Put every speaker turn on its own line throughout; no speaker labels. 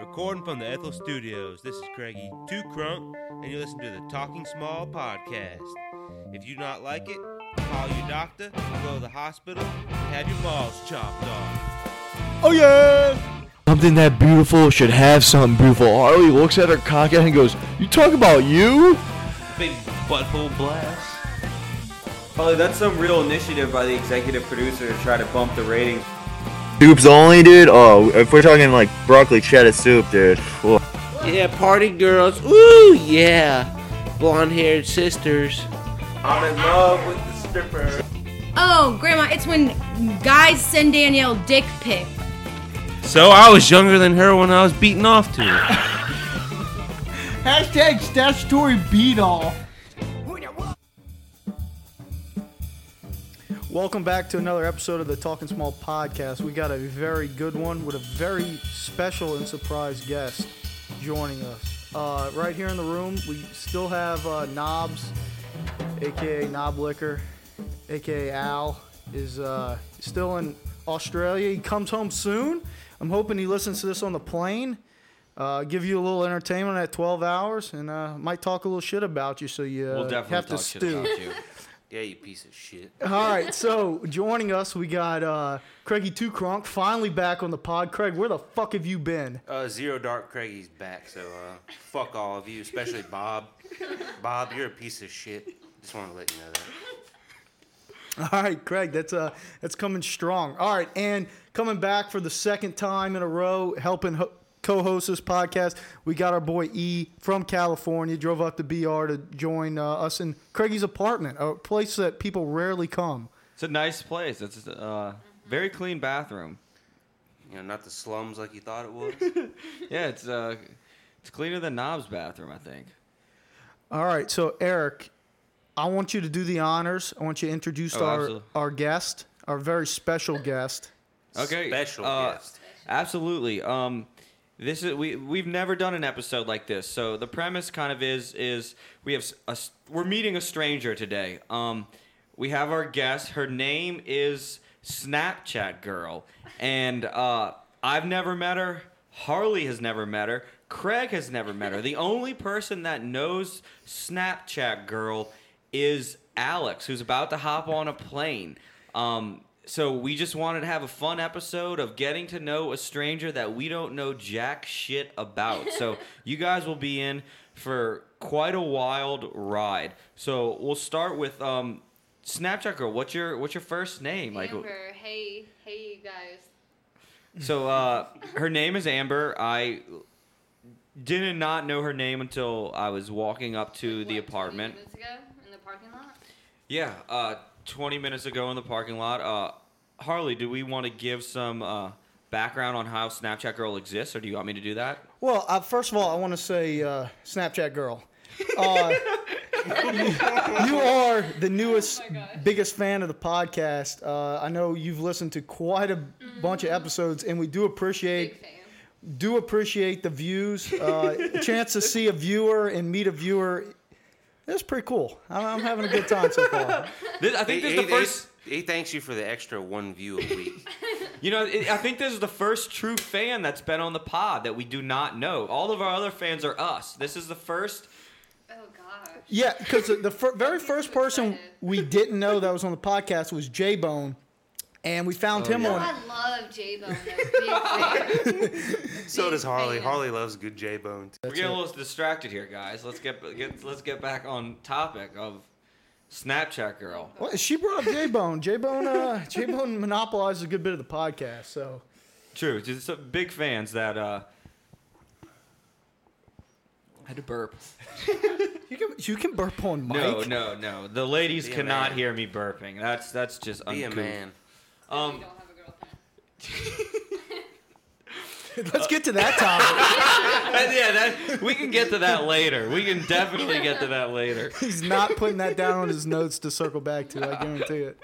Recording from the Ethel Studios, this is Craigie Two Crunk, and you listen to the Talking Small podcast. If you do not like it, call your doctor, go to the hospital, and have your balls chopped off.
Oh yeah!
Something that beautiful should have something beautiful. Harley looks at her cock and goes, "You talk about you?
Big butthole blast.
Probably that's some real initiative by the executive producer to try to bump the ratings.
Soup's only, dude. Oh, if we're talking like broccoli cheddar soup, dude. Whoa.
Yeah, party girls. Ooh, yeah. Blonde haired sisters.
I'm in love with the stripper.
Oh, Grandma, it's when guys send Danielle dick pic.
So I was younger than her when I was beating off to her.
Hashtag statutory beat all. Welcome back to another episode of the Talking Small podcast. We got a very good one with a very special and surprise guest joining us. Uh, right here in the room, we still have uh, Knobs, aka Knob Liquor, aka Al, is uh, still in Australia. He comes home soon. I'm hoping he listens to this on the plane. Uh, give you a little entertainment at 12 hours, and uh, might talk a little shit about you, so you uh, have to stew.
you. Yeah, you piece of shit.
All right, so joining us, we got uh, Craigie Two Crunk finally back on the pod. Craig, where the fuck have you been?
Uh, Zero Dark Craigie's back, so uh, fuck all of you, especially Bob. Bob, you're a piece of shit. Just want to let you know that.
All right, Craig, that's uh, that's coming strong. All right, and coming back for the second time in a row, helping ho- co-host this podcast, we got our boy E from California. Drove up to BR to join uh, us in Craigie's apartment, a place that people rarely come.
It's a nice place. It's a uh, very clean bathroom.
You know, not the slums like you thought it was.
Yeah, it's uh, it's cleaner than Knob's bathroom, I think.
All right, so Eric, I want you to do the honors. I want you to introduce
Oh,
our
absolutely.
our guest, our very special guest.
Okay.
Special
uh,
guest.
Absolutely. Um, this is we we've never done an episode like this. So the premise kind of is is we have s- a s- we're meeting a stranger today. Um, we have our guest. Her name is Snapchat Girl, and uh, I've never met her. Harley has never met her. Craig has never met her. The only person that knows Snapchat Girl is Alex, who's about to hop on a plane. Um, so we just wanted to have a fun episode of getting to know a stranger that we don't know jack shit about. so you guys will be in for quite a wild ride. So we'll start with um, Snapchat girl. What's your what's your first name?
Amber, hey, hey, you guys.
So uh, her name is Amber. I did not know her name until I was walking up to the
What, 20
apartment.
minutes ago in the parking lot.
Yeah, uh, 20 minutes ago in the parking lot. Uh, Harley, do we want to give some uh, background on how Snapchat Girl exists, or do you want me to do that?
Well, uh, first of all, I want to say uh, Snapchat girl. Uh, you are the newest,
Oh
biggest fan of the podcast. Uh, I know you've listened to quite a bunch of episodes, and we do appreciate
Mm-hmm. Big fan.
do appreciate the views. Uh, a chance to see a viewer and meet a viewer. That's pretty cool. I'm, I'm having a good time so far.
This, I think
He,
this
he-
is the first.
he- he thanks you for the extra one view a week.
You know, it, I think this is the first true fan that's been on the pod that we do not know. All of our other fans are us. This is the first.
Oh gosh.
Yeah, because the, the fir- very first person
excited.
we didn't know that was on the podcast was J Bone, and we found him
Oh,
on.
I love J Bone. Big fan.
so does Harley.
fan.
Harley loves good J Bone.
We're getting a little distracted here, guys. Let's get, get let's get back on topic of Snapchat Girl.
Well, she brought up J Bone. J Bone. Uh, J Bone monopolized a good bit of the podcast. So
True. Just some big fans that uh had to burp.
you can you can burp on Mike.
No, no, no. The ladies
Be a
cannot
man.
hear me burping. That's that's just
Be a
uncouth.
man.
We
Um
don't have a girlfriend.
Let's get to that topic.
yeah, that we can get to that later. We can definitely get to that later.
He's not putting that down on his notes to circle back to. I guarantee it.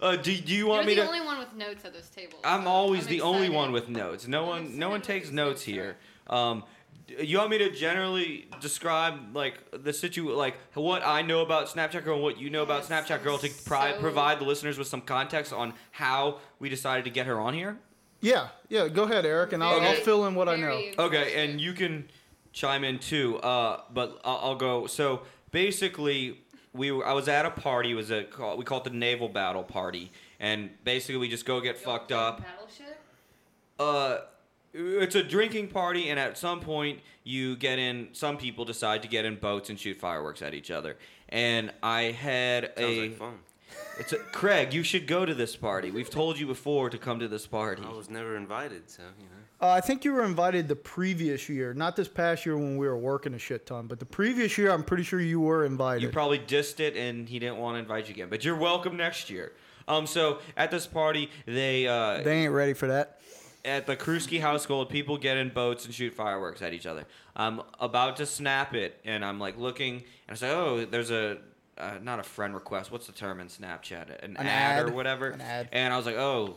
Uh do, do you want
You're the
me to
only one with notes at this table.
I'm
so
always
I'm
the only
excited.
one with notes. No
I'm
one no one
excited
takes
with these
notes
notes
here. Um d- you want me to generally describe like the situ like what I know about Snapchat Girl and what you know about
Yes,
Snapchat Girl to
I'm
pri-
so-
provide the listeners with some context on how we decided to get her on here?
Yeah, yeah. Go ahead, Eric, and I'll, I'll
Very-
fill in what I know.
very
Okay, and you can chime in too. Uh, but I'll, I'll go. So basically, we were, I was at a party. It was a call, we call it the naval battle party, and basically we just go get fucked up.
Battleship?
Uh, it's a drinking party, and at some point you get in. Some people decide to get in boats and shoot fireworks at each other. And I had
Sounds
a.
like fun.
It's a, Craig. You should go to this party. We've told you before to come to this party.
I was never invited, so you know.
Uh, I think you were invited the previous year, not this past year when we were working a shit ton, but the previous year, I'm pretty sure you were invited.
You probably dissed it, and he didn't want to invite you again. But you're welcome next year. Um, so at this party, they uh,
they ain't ready for that.
at the Kruski household, people get in boats and shoot fireworks at each other. I'm about to snap it, and I'm like looking, and I say, "Oh, there's a uh, not a friend request. What's the term in Snapchat? An, ad, or
ad.
whatever."
An ad.
And I was like, "Oh,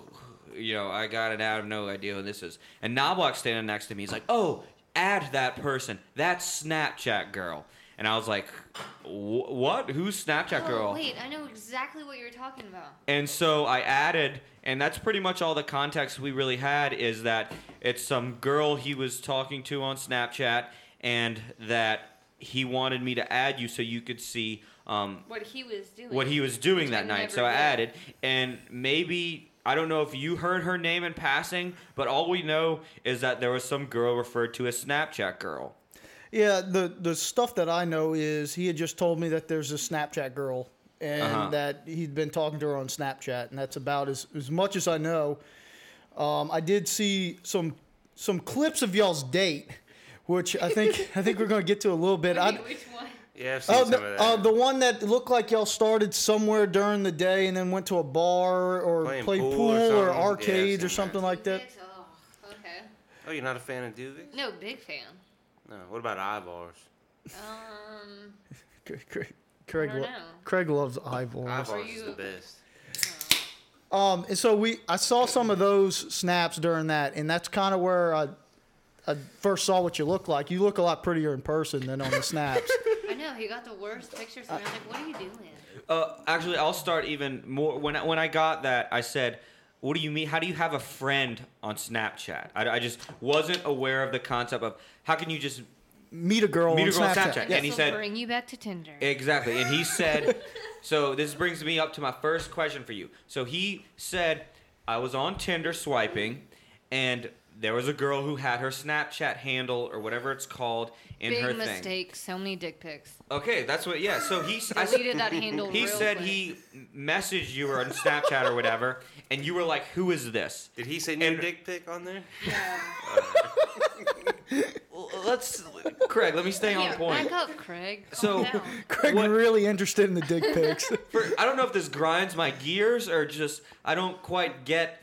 you know, I got an ad. I have no idea who this is." And Knobloch's standing next to me. He's like, "Oh, add that person. That's Snapchat girl." And I was like, "Wh- "What? Who's Snapchat girl?"
Oh, wait, I know exactly what you're talking about.
And so I added, and that's pretty much all the context we really had is that it's some girl he was talking to on Snapchat, and that he wanted me to add you so you could see um,
What he was doing.
what he was doing
Which I
that night. So
never
I
did.
added, and maybe I don't know if you heard her name in passing, but all we know is that there was some girl referred to as Snapchat girl.
Yeah, the the stuff that I know is he had just told me that there's a Snapchat girl and
Uh-huh.
that he'd been talking to her on Snapchat, and that's about as, as much as I know. Um, I did see some some clips of y'all's date, which I think I think we're gonna get to a little bit. I,
Wait, which one?
Yeah, I've seen
Oh,
some
the,
of that.
uh, the one that looked like y'all started somewhere during the day and then went to a bar or
Playing
played
pool or
pool,
something.
or
Yeah, I've
arcades or
seen that.
something like that.
Duvets? Oh, okay.
oh, you're not a fan of Duvies?
No, big fan.
No. What about Ivars?
Um,
Craig, Craig,
I don't
lo-
know.
Craig loves Ivor.
Are
Ivars is the
you-
best.
Um, and so we, I saw some of those snaps during that, and that's kind of where I, I first saw what you look like. You look a lot prettier in person than on the snaps.
I know he got the worst pictures, and I was like, "What are you doing?"
Uh, actually, I'll start even more. When I, when I got that, I said, "What do you mean? How do you have a friend on Snapchat?" I, I just wasn't aware of the concept of how can you just
Meet a girl
Meet
on
a girl on
Snapchat.
Snapchat.
Yeah.
And he
This'll
said-
"Bring you back to Tinder."
exactly. And he said, "So this brings me up to my first question for you." So he said, "I was on Tinder swiping, and there was a girl who had her Snapchat handle or whatever it's called in
big
her
mistake.
thing."
So many dick pics.
Okay, that's what. Yeah. So he s- I s-
Deleted that handle.
He
real
said
quick.
he messaged you or on Snapchat or whatever, and you were like, "Who is this?"
Did he send you a
And-
dick pic on there?
Well, Let's, Craig. Let me stay on
Yeah,
point.
Back up, Craig. Calm
So-
down.
Craig
What-
really interested in the dick pics.
For- I don't know if this grinds my gears or just I don't quite get.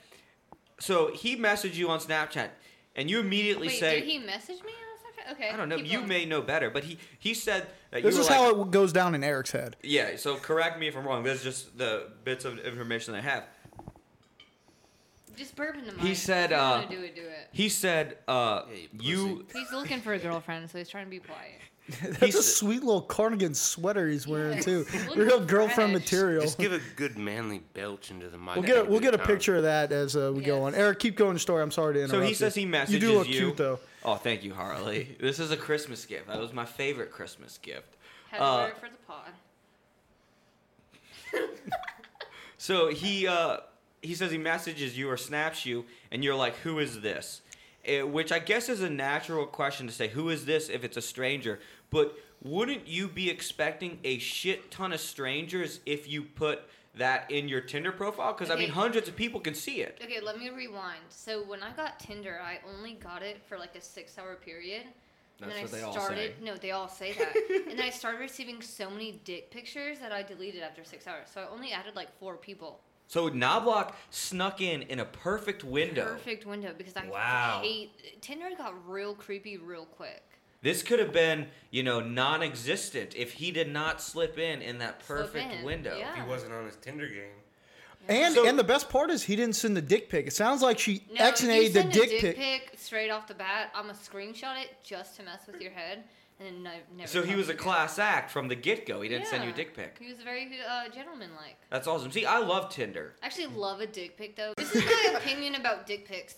So he messaged you on Snapchat, and you immediately
Wait,
say,
did he message me on Snapchat? Okay.
"I don't know.
keep
You
going.
may know better." But he he said that
this
you were
is
like,
how it goes down in Eric's head.
Yeah, so correct me if I'm wrong. This is just the bits of information that I have.
Just burp into mine.
He said,
If you wanna
uh,
do it, do it.
He said, uh,
Yeah, you pussy.
you,
He's looking for a girlfriend, so he's trying to be quiet.
That's
He's-
a sweet little cardigan sweater he's wearing
Yes.
too.
Look
Real girlfriend
fresh.
material.
Just give a good manly belch into the mic.
We'll get a,
Have
we'll
good
get a
time.
picture of that as uh, we go
Yes.
on. Eric, keep going. Story. I'm sorry to interrupt.
Um, So he
you.
says he messages
You do look cute though.
Oh, thank you, Harley. this is a Christmas gift. That was my favorite Christmas gift.
Had to
Uh,
burp for the pod.
So he uh, he says he messages you or snaps you, and you're like, "Who is this?" Eh, which I guess is a natural question to say, "Who is this?" if it's a stranger. But wouldn't you be expecting a shit ton of strangers if you put that in your Tinder profile? Because I mean,
Okay.
hundreds of people can see it.
Okay, let me rewind. So when I got Tinder, I only got it for like a six-hour period. and
That's
then
what
I
they all
started,
say.
No, they all say that. and then I started receiving so many dick pictures that I deleted after six hours. So I only added like four people.
So Knobloch snuck in in a perfect window.
Perfect window because I
Wow.
hate Tinder. Got real creepy real quick.
This could have been, you know, non-existent if he did not slip in in that
Slip
perfect
in,
window.
yeah.
He wasn't on his Tinder game.
And
So-
and the best part is he didn't send the dick pic. It sounds like she
No,
X
if
and
you
A the
send
dick, pic.
a dick pic straight off the bat. I'm gonna screenshot it just to mess with your head, and then I never.
So he
talk
was
to
a
you
class act from the get-go. He
again.
didn't send you a
Yeah.
dick pic.
He was very uh, gentleman-like.
That's awesome. See, I love Tinder.
I actually love a dick pic though. This is my opinion about dick pics.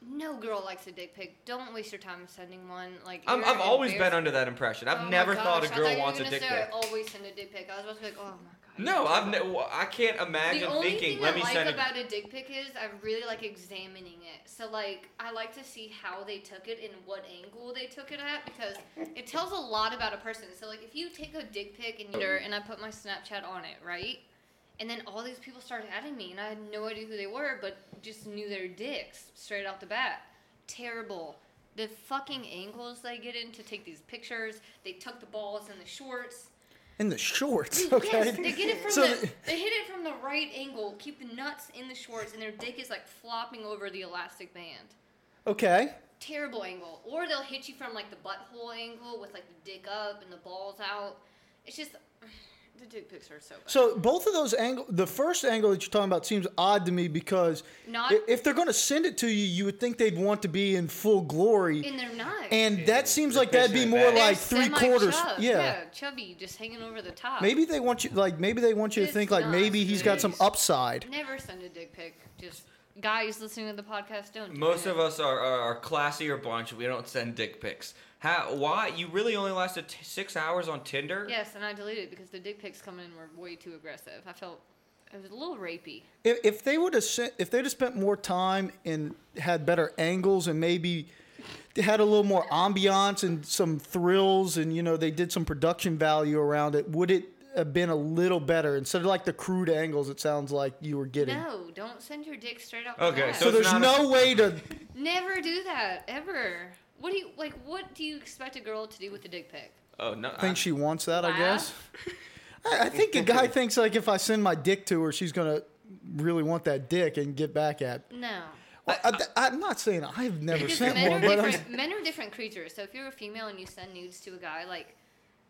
No girl likes a dick pic. Don't waste your time sending one. Like
I'm,
you're
I've always been
embarrassed-
under that impression.
Oh
I've
my
never
gosh,
thought a
I
girl
you were
wants a
gonna
dick
say
pic.
I always send a dick pic. I was about to be like, oh my god.
No, I've ne- well, I can't
The
imagine
only
thinking.
thing
Let
I
me
like
send it.
about a dick pic is I really like examining it. So like I like to see how they took it and what angle they took it at because it tells a lot about a person. So like if you take a dick pic and you're and I put my Snapchat on it, right? And then all these people started adding me and I had no idea who they were, but just knew their dicks straight off the bat. Terrible. The fucking angles they get in to take these pictures. They tuck the balls in the shorts.
In the shorts,
Yes,
okay?
they get it from
So
the,
the-
they hit it from the right angle, keep the nuts in the shorts, and their dick is like flopping over the elastic band.
Okay.
Terrible angle. Or they'll hit you from like the butthole angle with like the dick up and the balls out. It's just the dick pics are so bad.
So both of those angle, the first angle that you're talking about seems odd to me because
Not-
i- if they're going to send it to you, you would think they'd want to be in full glory,
and they're not.
and that seems like
they're
that'd be
pissing it
more
back.
They're
like three quarters.
semi-chub.
Yeah.
chubby, just hanging over the top.
Maybe they want you like maybe they want you to
It's
think like
not
maybe he's got some
nice.
upside.
Never send a dick pic. Just guys listening to the podcast don't. do
Most
that.
of us are, are are classier bunch. We don't send dick pics. How? Why? You really only lasted t- six hours on Tinder?
Yes, and I deleted it because the dick pics coming in were way too aggressive. I felt it was a little rapey.
If, if they would have sent, if they'd have spent more time and had better angles and maybe they had a little more ambiance and some thrills and you know they did some production value around it, would it have been a little better instead of like the crude angles? It sounds like you were getting.
No, don't send your dick straight up.
Okay,
So
So it's
there's
not a-
no way to.
never do that ever. What do you like? What do you expect a girl to do with a dick pic?
Oh no. I-
think she wants that, I guess.
Laugh?
I, I think a guy thinks like if I send my dick to her, she's gonna really want that dick and get back at.
No.
Well, I, am not saying I've never
Because
sent
men are
one, but I'm,
different. Men are different creatures. So if you're a female and you send nudes to a guy, like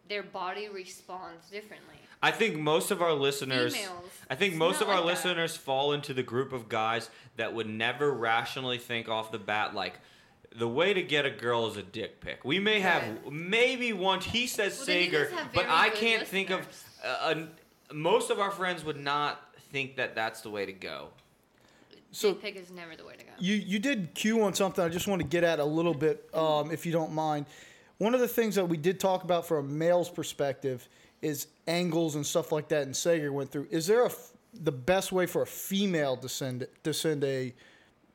their body responds differently.
I think most of our listeners.
Females.
I think
It's
most
not
of our
like that.
listeners fall into the group of guys that would never rationally think off the bat like. The way to get a girl is a dick pic. We may have
Right.
maybe one. He says
Well, then you
Sager,
guys have
but
very
I
good
can't think of.
listeners.
Uh, uh, most of our friends would not think that that's the way to go.
So-
dick pic is never the way to go.
you you did cue on something. I just want to get at a little bit, um, if you don't mind. One of the things that we did talk about from a male's perspective is angles and stuff like that. And Sager went through. Is there a f- the best way for a female to send to send a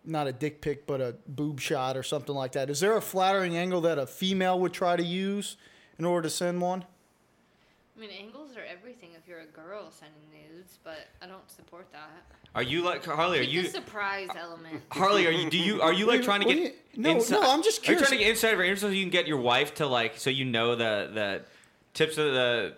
not a dick pic, but a boob shot or something like that? Is there a flattering angle that a female would try to use in order to send one?
I mean, angles are everything if you're a girl sending nudes, but I don't support that.
Are you like Harley? Are
Keep
you
the surprise element.
Harley, are you do you are you like
Wait,
trying to
what
get
do you- no, no, I'm just
Are you
curious.
trying to get inside of her so you can get your wife to like so you know the the tips of the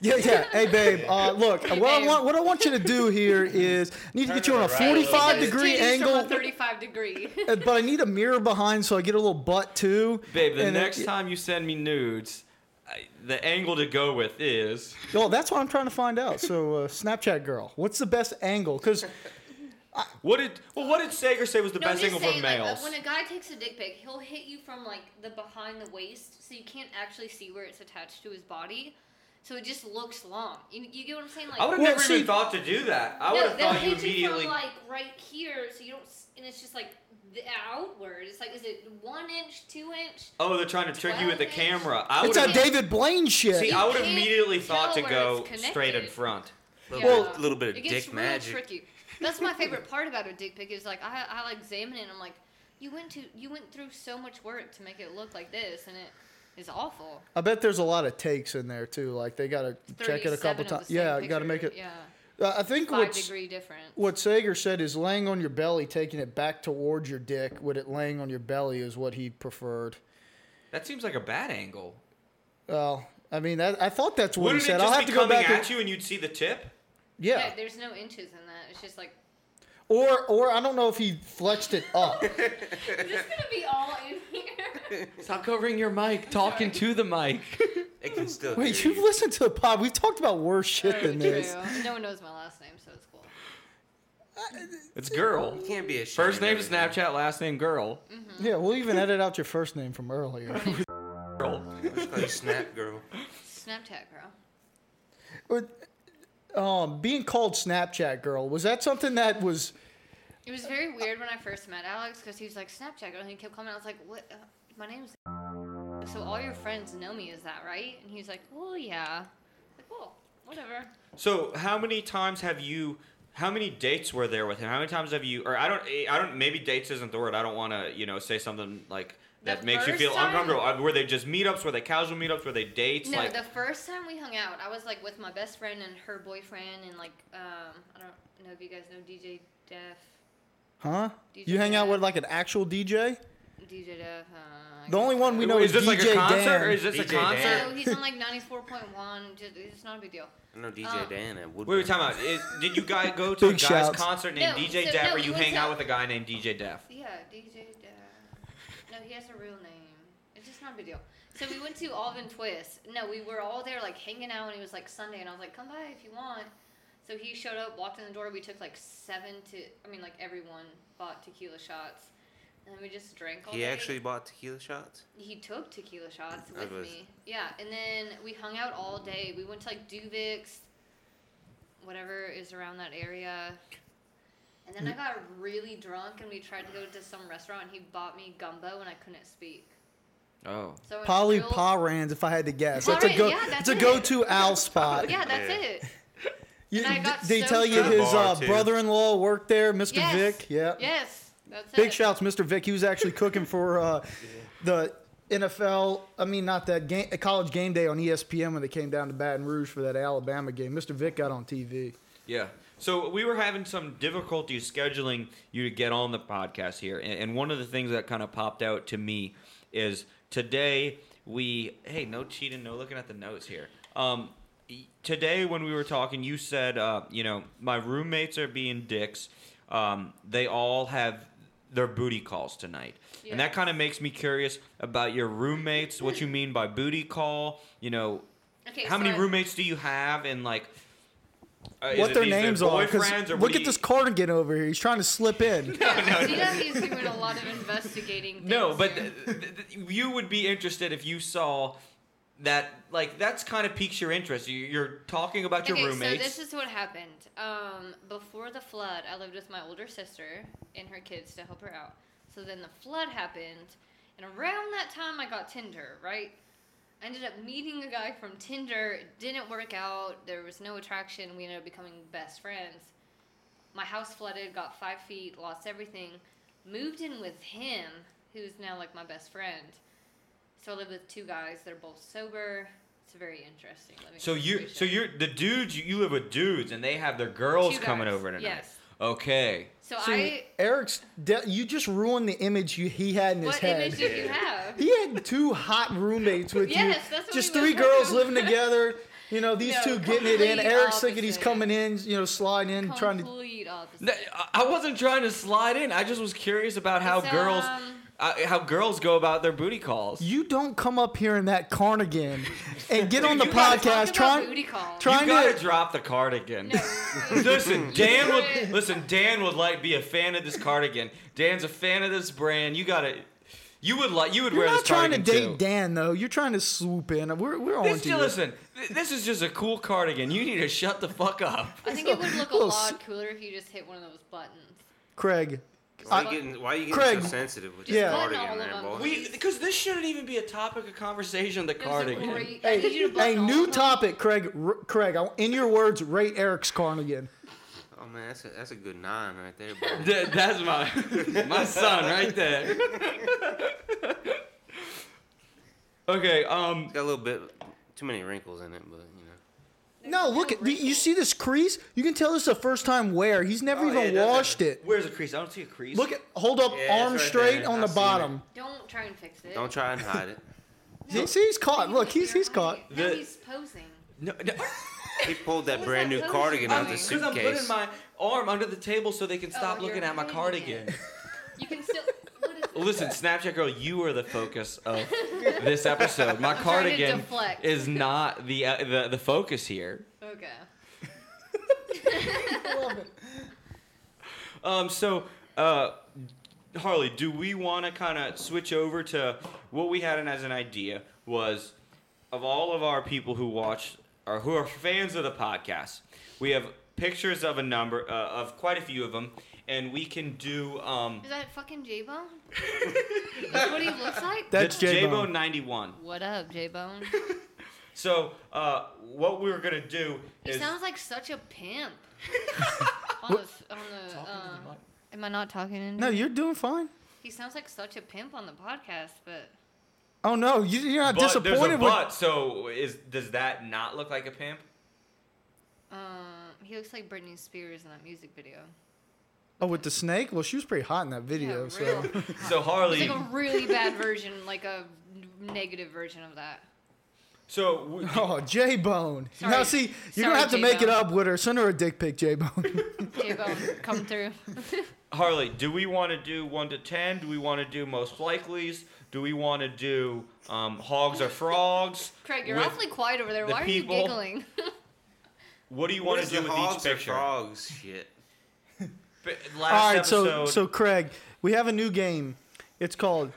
Yeah, yeah. Hey, babe. Uh, look, what I
babe.
want what I want you to do here is I need to get you on a
Turn it around.
45
Those
degree
titties from a
angle,
35 degree.
uh, but I need a mirror behind so I get a little butt too.
babe. The
And it-
next time you send me nudes, I, the angle to go with is
Well, that's what I'm trying to find out. So, uh, Snapchat girl, what's the best angle? Because
what did well what did Sager say was the
No, I'm
best
just
angle
saying,
for
like, uh,
males?
when a guy takes a dick pic, he'll hit you from like the behind the waist, so you can't actually see where it's attached to his body. So it just looks long. You, you get what I'm saying? Like,
I would have
Well,
never
see-
even thought to do that. I would
no,
have
they'll
thought you
hit you
immediately.
from like right here, so you don't. s- And it's just like the outward. It's like, is it one inch, two inch?
oh, they're trying to trick you with the
12
camera. I would
it's that
have
day-
David Blaine shit.
see.
You
I would have
can't
immediately
tell
thought to
where
go
it's
straight in
connected.
front.
Little bit- little bit of
it
dick
gets real
magic.
Tricky. That's my favorite part about a dick pic is like I, I examine it and I'm like, you went to you went through so much work to make it look like this and it is awful.
I bet there's a lot of takes in there too. Like they got to check it a
37
couple
of the
times.
same
Yeah, got to
picture,
make it.
Yeah,
Uh, I think
five
what's
degree different.
what Sager said is laying on your belly, taking it back towards your dick, with it laying on your belly is what he preferred.
That seems like a bad angle.
Well, I mean, that, I thought that's what
Wouldn't
he
it
said.
just
I'll have
be
to go
coming
back.
at
and,
you and you'd see the tip?
Yeah.
Yeah, there's no inches in that. It's just like
Or, or I don't know if he flexed it up.
is this gonna be all in here?
Stop covering your mic. Talking to the mic.
It can still.
Wait,
hear
you've listened to the pod. We've talked about worse shit than this.
True. No one knows my last name, so it's cool.
It's girl.
You can't be a
First name Snapchat, last name girl.
Yeah, we'll even edit out your first name from earlier.
Girl.
Snap girl.
Snapchat girl.
Or, um, being called Snapchat girl was that something that was
It was very weird when I first met Alex because he was like Snapchat and he kept coming. I was like, "What? Uh, My name's so all your friends know me as that, right?" And he's like, "Well, yeah." Like, well, whatever.
So how many times have you? How many dates were there with him? How many times have you? Or I don't. I don't. Maybe dates isn't the word. I don't want to. You know, say something like that
The
makes you feel
first time-
uncomfortable. Uh, Were they just meetups? Were they casual meetups? Were they dates?
no,
like
the first time we hung out, I was like with my best friend and her boyfriend and like um I don't know if you guys know DJ Def.
Huh?
DJ
You hang out
Def.
with like an actual DJ?
DJ Def. Uh, I
The only
guess.
one we know
is
is
this like a
DJ
concert
Dan.
or is this a
DJ Dan.
concert?
No, he's on like ninety four point one. It's not a big deal.
No, DJ
Oh.
Dan at Woodburn.
Wait, wait, time out. Is, did you guys go to a
Big
guy's
shouts.
concert named
No,
DJ
so-
Def,
no,
or
we
you
went
hang
to-
out with a guy named DJ Def?
Yeah, DJ Dad. No, he has a real name. It's just not a big deal. So we went to Alvin Twist. No, we were all there like hanging out, and it was like Sunday, and I was like, "Come by if you want." So he showed up, walked in the door. We took like seven to, I mean, like everyone bought tequila shots, and then we just drank all
He
day.
actually bought tequila shots.
he took tequila shots
I
with
was-
me. Yeah, and then we hung out all day. We went to like Duvix, whatever is around that area. And
Hmm.
then I got really drunk, and we tried to go to some restaurant, and he bought me gumbo, and I couldn't speak.
Oh.
So it was
Polly
real-
Parans, if I had to guess. That's a
Parran,
go.
yeah, that's
it's a
it.
go-to Al spot.
Yeah, that's
Yeah.
it.
You,
And I got
they
so
tell you
drunk.
his uh,
Bar, too.
brother-in-law worked there, Mr.
Yes.
Vic. Yeah.
Yes, that's it.
Big shouts, Mr. Vic. He was actually cooking for uh, the NFL. I mean, not that game, college game day on E ESPN when they came down to Baton Rouge for that Alabama game. Mr. Vic got on TV.
Yeah. So we were having some difficulty scheduling you to get on the podcast here, and, and one of the things that kind of popped out to me is today we hey no cheating, no looking at the notes here. Um, y- today when we were talking, you said uh, you know my roommates are being dicks. Um, they all have their booty calls tonight.
Yeah.
And that kind of makes me curious about your roommates, what you mean by booty call, you know,
Okay,
how many
so I-
roommates do you have and like uh, is
what
it
their
these
names are?
boyfriends or what
look
do
at
you-
this cardigan over here. He's trying to slip in.
Yeah, Gina is doing a lot of investigating. Things
no but
here.
th- th- th- you would be interested if you saw that like that's kind of piques your interest you, you're talking about your
okay,
roommates
so this is what happened. Um, before the flood, I lived with my older sister and her kids to help her out. So then the flood happened, and around that time, I got Tinder, right? I ended up meeting a guy from Tinder. It didn't work out. There was no attraction. We ended up becoming best friends. My house flooded, got five feet, lost everything. Moved in with him, who's now like my best friend. So I live with two guys. They're both sober. It's very interesting. living
so you so
situation.
you're the dudes you, you live with dudes and they have their girls
Two
coming
guys,
over tonight
yes.
okay
So,
So
I.
Eric's, de- you just ruined the image you, he had in his
What
head.
image did you have?
He had two hot roommates with you.
Yes, that's what
Just
he
three
was.
girls living together. You know, these
No,
two getting it in.
complete
Eric's thinking he's
opposite.
coming in, you know, sliding in, trying to.
Complete opposite.
Th- I wasn't trying to slide in. I just was curious about how
It's,
girls,
um,
uh, how girls go about their booty calls.
You don't come up here in that carnigan and get on the
You gotta talk
podcast
about
trying.
booty call.
trying
you gotta
to-
drop the cardigan.
No.
listen, Dan would listen. Dan would like be a fan of this cardigan. Dan's a fan of this brand. You gotta, you would like, you would
You're
wear
not
this
trying to
cardigan
date
too.
Dan though. You're trying to swoop in. We're we're on
This,
to you.
listen, th- this is just a cool cardigan. You need to shut the fuck up.
I think it would look a
Little
lot cooler if you just hit one of those buttons.
Craig.
Why
I-
are you getting, why you getting
Uh, Craig,
so sensitive with
yeah.
this
Just
cardigan,
button
man,
all of
boy?
them.
We, because this shouldn't even be a topic of conversation. The
It was a
cardigan.
great- I need you to
Hey, a
button all
new
of them.
topic, Craig. R- Craig, I- in your words, rate Eric's carnigan.
oh man, that's a, that's a good nine right there, bro.
Th- that's my my son right there. okay. Um.
It's got a little bit too many wrinkles in it, but you know.
No, look at do you see this crease? You can tell this is the first time wear. He's never
Oh, yeah, it
even
does
washed it.
Where's the crease? I don't see a crease.
Look at hold up,
Yeah, it's
arm
right
straight
there.
on
I
the
seen
bottom.
Don't try and fix it.
Don't try and hide it.
See, see, he's caught. Look, he's he's
You're
caught.
right. No,
The-
he's posing.
No, no.
He pulled
What
that
was
brand
that
new
pose
cardigan
you
out of
were
the
doing?
Because I'm putting
suitcase.
my arm under the table so they can stop
Oh,
looking
you're
at my
hiding it.
cardigan.
You can still. What is this?
Listen, Snapchat girl, you are the focus of this episode. My
trying to
cardigan
deflect.
is not the, uh, the the focus here.
Okay.
Um, so, uh, Harley, do we want to kind of switch over to what we had in as an idea was of all of our people who watch or who are fans of the podcast, we have pictures of a number uh, of quite a few of them, and we can do um.
Is that fucking J Bone? That's what he looks like?
That's J Bone.
ninety one.
what up, J Bone?
So uh, what we were gonna do
He
is
sounds like such a pimp. on the, on the, uh, am I not talking into
No,
it?
you're doing fine.
He sounds like such a pimp on the podcast, but
Oh no, you, you're not
but, there's a
disappointed with.
but. So is does that not look like a pimp?
um, he looks like Britney Spears in that music video.
Oh, with the snake? Well, she was pretty hot in that video.
Yeah,
so
real.
So
It's
Harley.
like a really bad version, like a n- negative version of that.
So w-
oh, J Bone.
Sorry.
Now see, you're
Sorry,
gonna have to make it
J-Bone.
up with her. Send her a dick pic, J Bone.
J Bone, come through.
Harley, do we want to do one to ten? Do we want to do most likelies? Do we want to do um, hogs or frogs?
Craig, you're
With-
awfully quiet over there.
the
Why are
people-
you giggling?
What do you
What
want
is
to do
the
with each
hogs or
picture?
frogs shit?
B-
All
Last
right, so
episode.
so Craig, we have a new game. It's called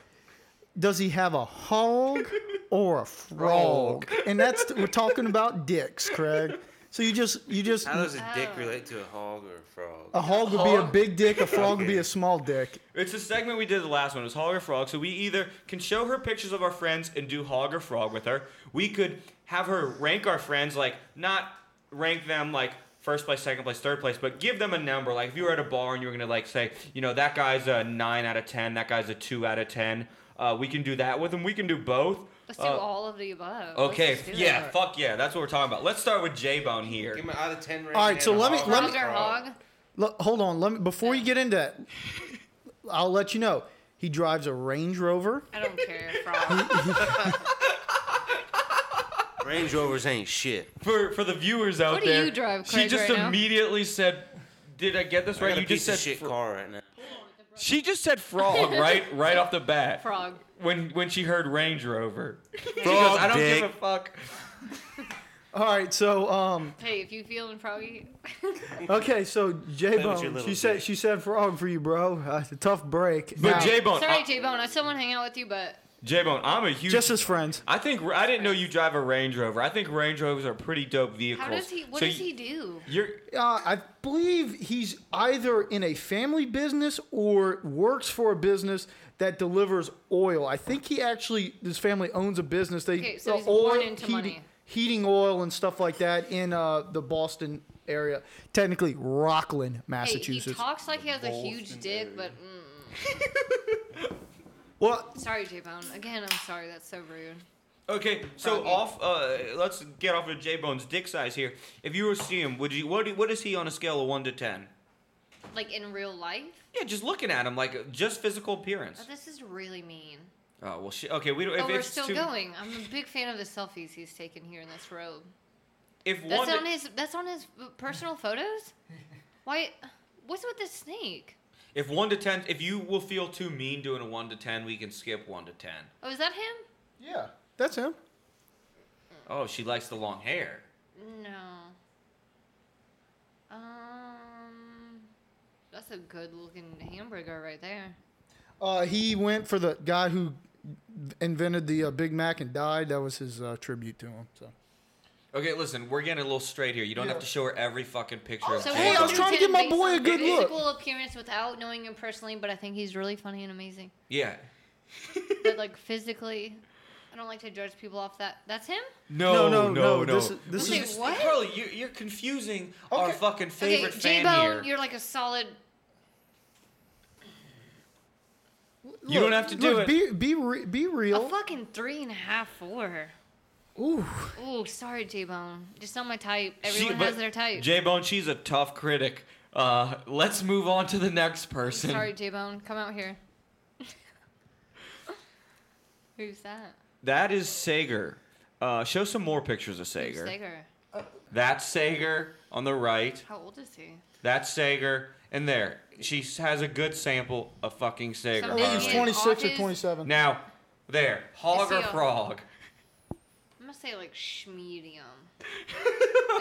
Does he have a hog or a frog? and that's we're talking about dicks, Craig. So you just you just
How does a dick
Oh.
relate to a hog or a frog?
a hog would be a
Hog?
big dick, a frog would be
Okay.
a small dick.
It's a segment we did the last one. It was hog or frog. So we either can show her pictures of our friends and do hog or frog with her. We could have her rank our friends, like not rank them like first place, second place, third place, but give them a number. Like if you were at a bar and you were gonna like say, you know, that guy's a nine out of ten, that guy's a two out of ten. Uh, we can do that with them. We can do both.
Let's do
Uh,
all of the above. Let's
okay.
just do
Yeah.
that.
Fuck yeah. That's what we're talking about. Let's start with J Bone here.
Give him an out of ten rating.
All right, so
and a
let me-
hog
let
or
me-
a
Hog or
Uh,
frog.
hog?
Lo- hold on, let me before you get into that, I'll let you know. He drives a Range Rover.
I don't care. Frog.
Oh,
Range Rovers ain't shit.
For for the viewers out
What do
there,
you drive,
she
Craig,
just
right now?
immediately said, "Did I get this
I
right?"
got a
you
piece
just said
of shit
fr-
car right now.
She just said frog Oh, right right off the bat.
Frog.
When when she heard Range Rover.
Frog
She goes, I don't give a fuck.
All right, so um
Hey, if you feeling froggy,
okay, so J
your
Bone.
little
She said
dick.
she said frog for you, bro. Uh, it's a tough break.
But
Now,
J Bone,
sorry, J Bone. I still want to hang out with you, but
J Bone, I'm a huge.
just as friends.
I think I didn't know you drive a Range Rover. I think Range Rovers are pretty dope vehicles.
how does he? What
So
does
you-
he do?
You're
Uh, I believe he's either in a family business or works for a business that delivers oil. I think he actually, his family owns a business. They
Okay, so
uh,
he's born into
heating,
money.
heating oil and stuff like that in uh, the Boston area. Technically, Rockland,
Hey, he
Massachusetts.
talks like he has a huge dick, but mm,
well,
sorry, J Bone. Again, I'm sorry. That's so rude.
okay. So
Froggy.
off. Uh, let's get off of J Bone's dick size here. If you were to see him, would you? What? do- What is he on a scale of one to ten?
Like in real life,
Yeah, just looking at him, like just physical appearance.
oh, this is really mean.
Oh well, shit. Okay, we don't. If
oh, we're
it's
still
too,
going. I'm a big fan of the selfies he's taken here in this robe.
If
That's
one,
on his. That's on his uh, personal photos. Why? What's with the snake?
If one to ten, if you will feel too mean doing a one to ten, we can skip one to ten.
Oh, is that him?
yeah, that's him.
Oh, she likes the long hair.
No. Um, that's a good-looking hamburger right there.
Uh, he went for the guy who invented the uh, Big Mac and died. That was his uh, tribute to him. So.
Okay, listen, we're getting a little straight here. You don't
Yeah.
have to show her every fucking picture. of
So
Jay.
Hey, I was
Washington
trying to give my
based
boy
on
a good look.
Physical appearance without knowing him personally, but I think he's really funny and amazing.
yeah.
But like physically, I don't like to judge people off that. That's him.
No, no, no, this is- this
Wait, is- what?
Carly, you, you're confusing our
Okay.
fucking favorite fan
okay, J-Bone,
here.
you're like a solid.
You don't have to do
Look,
it.
Be be re- be
A
real.
fucking three and a half, four.
Ooh.
Ooh, sorry, J-Bone. Just not my type.
She-
Everyone
but
has their type.
J-Bone, she's a tough critic. Uh, let's move on to the next person.
Sorry, J Bone, come out here. Who's that?
That is Sager. Uh, show some more pictures of Sager.
Sager.
That's Sager on the right.
How old is he?
That's Sager. And there, she has a good sample of fucking Sager.
Something
I think
Yeah.
he's
Harley.
26 or
Office-
27.
Now, there, hog
Is
or
he a-
frog?
I'm gonna say like schmedium.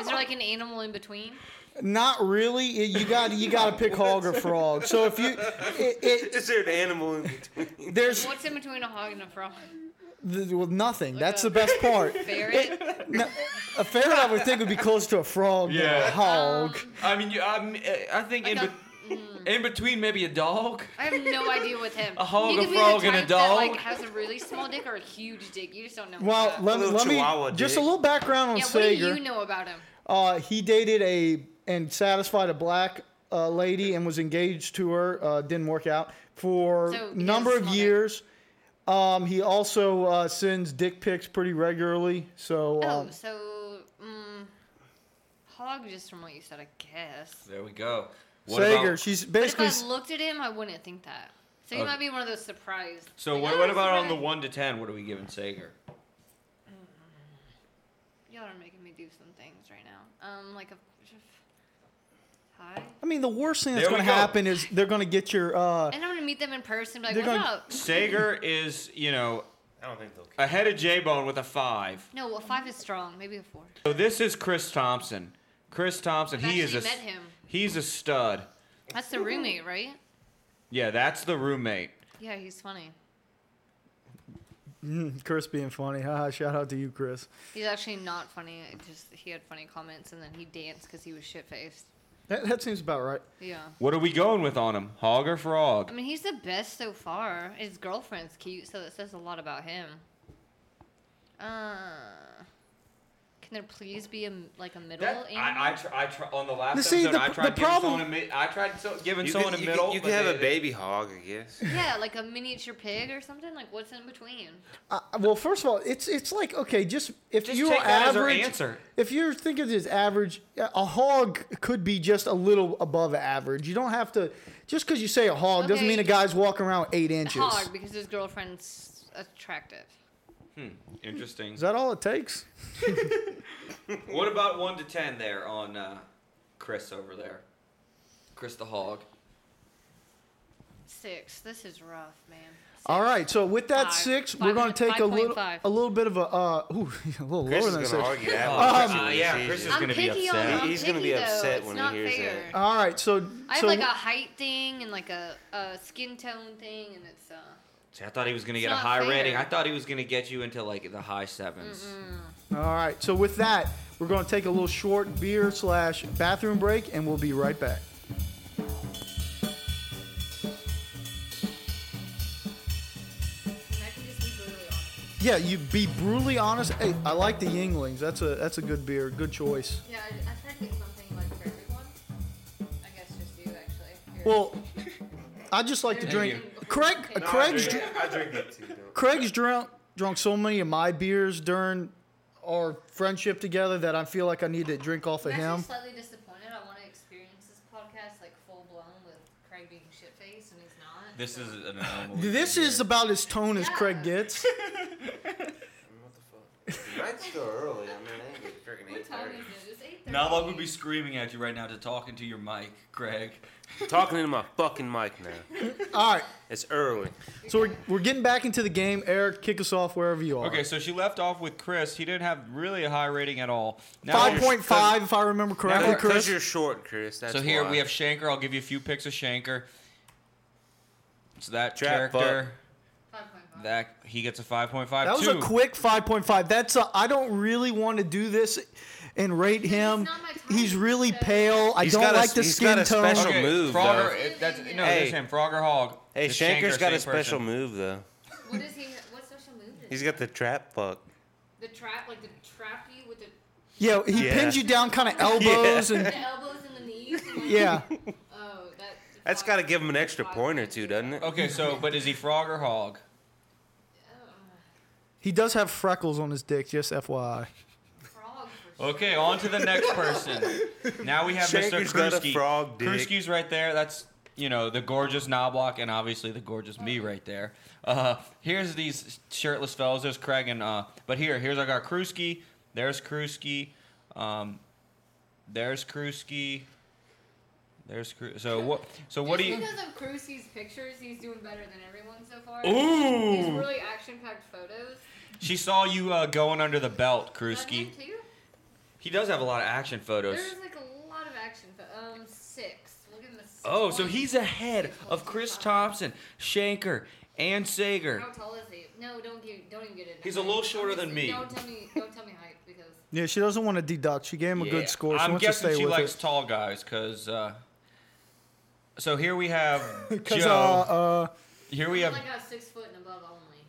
is there like an animal in between?
Not really. It- You got you got to pick hog or frog. So if you, it,
Is there an animal in between?
it, there's
What's in between a hog and a frog?
th- well, nothing. That's the best part.
Ferret?
No, a ferret I would think would be close to a frog. than
Yeah.
a hog.
I mean, you, I'm- I, I think in
Like a- mm.
bet- In between, maybe a dog.
I have no idea with him.
A hog,
He
a
could be the
frog, and a
type that, like
dog.
has a really small dick or a huge dick. You just don't know.
Well,
about.
let,
little
let me
chihuahua
just a
dick.
little background on
yeah. What do
Sager.
you know about him?
Uh, he dated a and satisfied a black uh, lady and was engaged to her. Uh, didn't work out for
So
a
he
number
has
of
a small dick.
years. Um, he also uh, sends dick pics pretty regularly. So
Oh,
um,
so um, hog. Just from what you said, I guess.
There we go.
Sager, she's
But if
basically.
I looked at him, I wouldn't think that. So you
Okay.
might be one of those surprised.
so
like,
what,
"Oh,
what
it's
about on
alright."
the one to ten? What are we giving Sager?
Y'all are making me do some things right now. Um, like a hi.
I mean, the worst thing that's
There we
going to
go.
happen is they're going to get your. Uh,
And I'm gonna meet them in person. Be like,
They're
what's
gonna-
up?
Sager is you know
I don't think they'll. care.
ahead of J Bone with a five.
No, well, five is strong. Maybe a four.
So this is Chris Thompson. Chris Thompson.
I've
he is a
actually
s-
met him.
he's a stud.
That's the roommate, right?
Yeah, that's the roommate.
Yeah, he's funny.
mm, Chris being funny. Haha, shout out to you, Chris.
He's actually not funny. It just he had funny comments, and then he danced because he was shit faced.
That, that seems about right.
Yeah.
What are we going with on him? Hog or frog?
I mean, he's the best so far. His girlfriend's cute, so that says a lot about him. Uh, can there please be a m- like a middle?
That-
animal?
I, I, tr- I tr- on the last
Now, see,
episode,
the-
I
the
tried giving
problem-
someone a mi- I tried so, giving
You
someone
could,
a
you
middle.
could, you
but
could have
they-
a baby hog, I guess.
yeah, like a miniature pig or something. Like what's in between?
Uh, well, first of all, it's it's like okay, just if
Just
you're
take that as our
average,
answer.
if you're thinking as average, a hog could be just a little above average. You don't have to just because you say a hog doesn't
Okay.
mean a guy's walking around with eight inches.
Hog, because his girlfriend's attractive.
Hmm, Interesting.
Is that all it takes?
What about one to ten there on uh, Chris over there? Chris the hog.
Six. This is rough, man.
All right, so with that
Five.
six,
Five
we're going
and-
to take a little
5.5.
a little bit of a uh, ooh, a little
Chris is
lower than
going
six.
to argue that.
Oh,
one.
uh,
Chris
yeah,
is
Chris
easy.
is-
I'm
gonna be
picky
upset.
on. I'm
He's gonna be
picky, though.
upset
It's
when he
not
hears
fair.
that.
All right, so
I have
so
like a height thing and like a, a skin tone thing, and it's uh.
See, I thought he was gonna
It's
get a
not
high
fair.
rating. I thought he was gonna get you into like the high 7s
all right, so with that, we're going to take a little short beer slash bathroom break, and we'll be right back.
I can just be brutally honest.
Yeah, you be brutally honest. Hey, I like the Yinglings. That's a that's a good beer, good choice.
Yeah, I, I tried to get something like for everyone. I guess just you actually. You're-
Well, I just like to drink.
you.
Craig,
No, I
Craig's,
I
dr-
drink- I drink that too, though.
Craig's drunk, drunk so many of my beers during our friendship together that I feel like I need to drink off of
I'm
him.
actually slightly disappointed. I want to experience this podcast like full blown with Craig being shit faced and he's not.
This is an anomaly.
This is about as tone as Craig gets.
Night's still early. I mean, I ain't get freaking
What time
8:30.
is it? It's eight thirty.
Nalog would be screaming at you right now to talking to your mic, Greg.
Talking into my fucking mic now.
All right,
It's early.
so we're, we're getting back into the game. Eric, kick us off wherever you are.
Okay, so she left off with Chris. He didn't have really a high rating at all. Now
Five point five, if I remember correctly,
Because
Chris.
you're short, Chris. That's
So here
why.
we have Shanker. I'll give you a few pics of Shanker. So that
Trap
character,
Five point five.
that he gets a five point five.
That was a quick 5.5. That's a, I don't really want to do this and rate him.
It's not my type,
He's really
so-
pale. I
He's
don't
got a-
like the
he's
skin
got a
tone.
special- move,
Frogger,
though.
it- that's no,
Hey.
that's him. Frogger Hog.
Hey,
It's
Shanker's got
same
a special
person.
move though.
What is he? What special move is?
He's got the trap fuck.
the trap, like the trap you with the,
Yeah, he
Yeah.
pins you down kind of elbows and
the elbows and the knees. And like,
yeah.
Oh, that.
That's got to give him an extra point or two, doesn't it?
Okay, so but is he Frog or Hog?
He does have freckles on his dick, just FYI.
Frog for sure.
Okay, on to the next person. Now we have
Shanker's
Mr.
got a
Kruski.
frog dick.
Kruski's right there. That's you know the gorgeous Knobloch and obviously the gorgeous me right there. Uh, here's these shirtless fellas. There's Craig and uh, but here here's I got Kruski. There's Kruski. Um, there's Kruski. There's Kru- so what? So what do
Just
you?
Because of Crucy's pictures, he's doing better than everyone so far. Ooh. He's really action-packed photos.
She saw you uh, going under the belt,
Doesn't he
Kruski.
too?
He does have a lot of action photos.
There's like a lot of action. pho- Um, six. We'll give him a six.
Oh, so
point.
he's ahead of Chris Thompson, Shanker, and Sager.
How tall is he? No, don't give, don't even get it.
He's a little
I'm
shorter
just-
than me.
Don't tell me, don't tell me height because
Yeah, she doesn't want to deduct. She gave him a
Yeah.
good score. She
I'm
wants to
guessing
stay
she
with
likes
it.
tall guys because uh, So here we have
Because
Joe.
uh, uh,
here we have.
like a six foot and above only.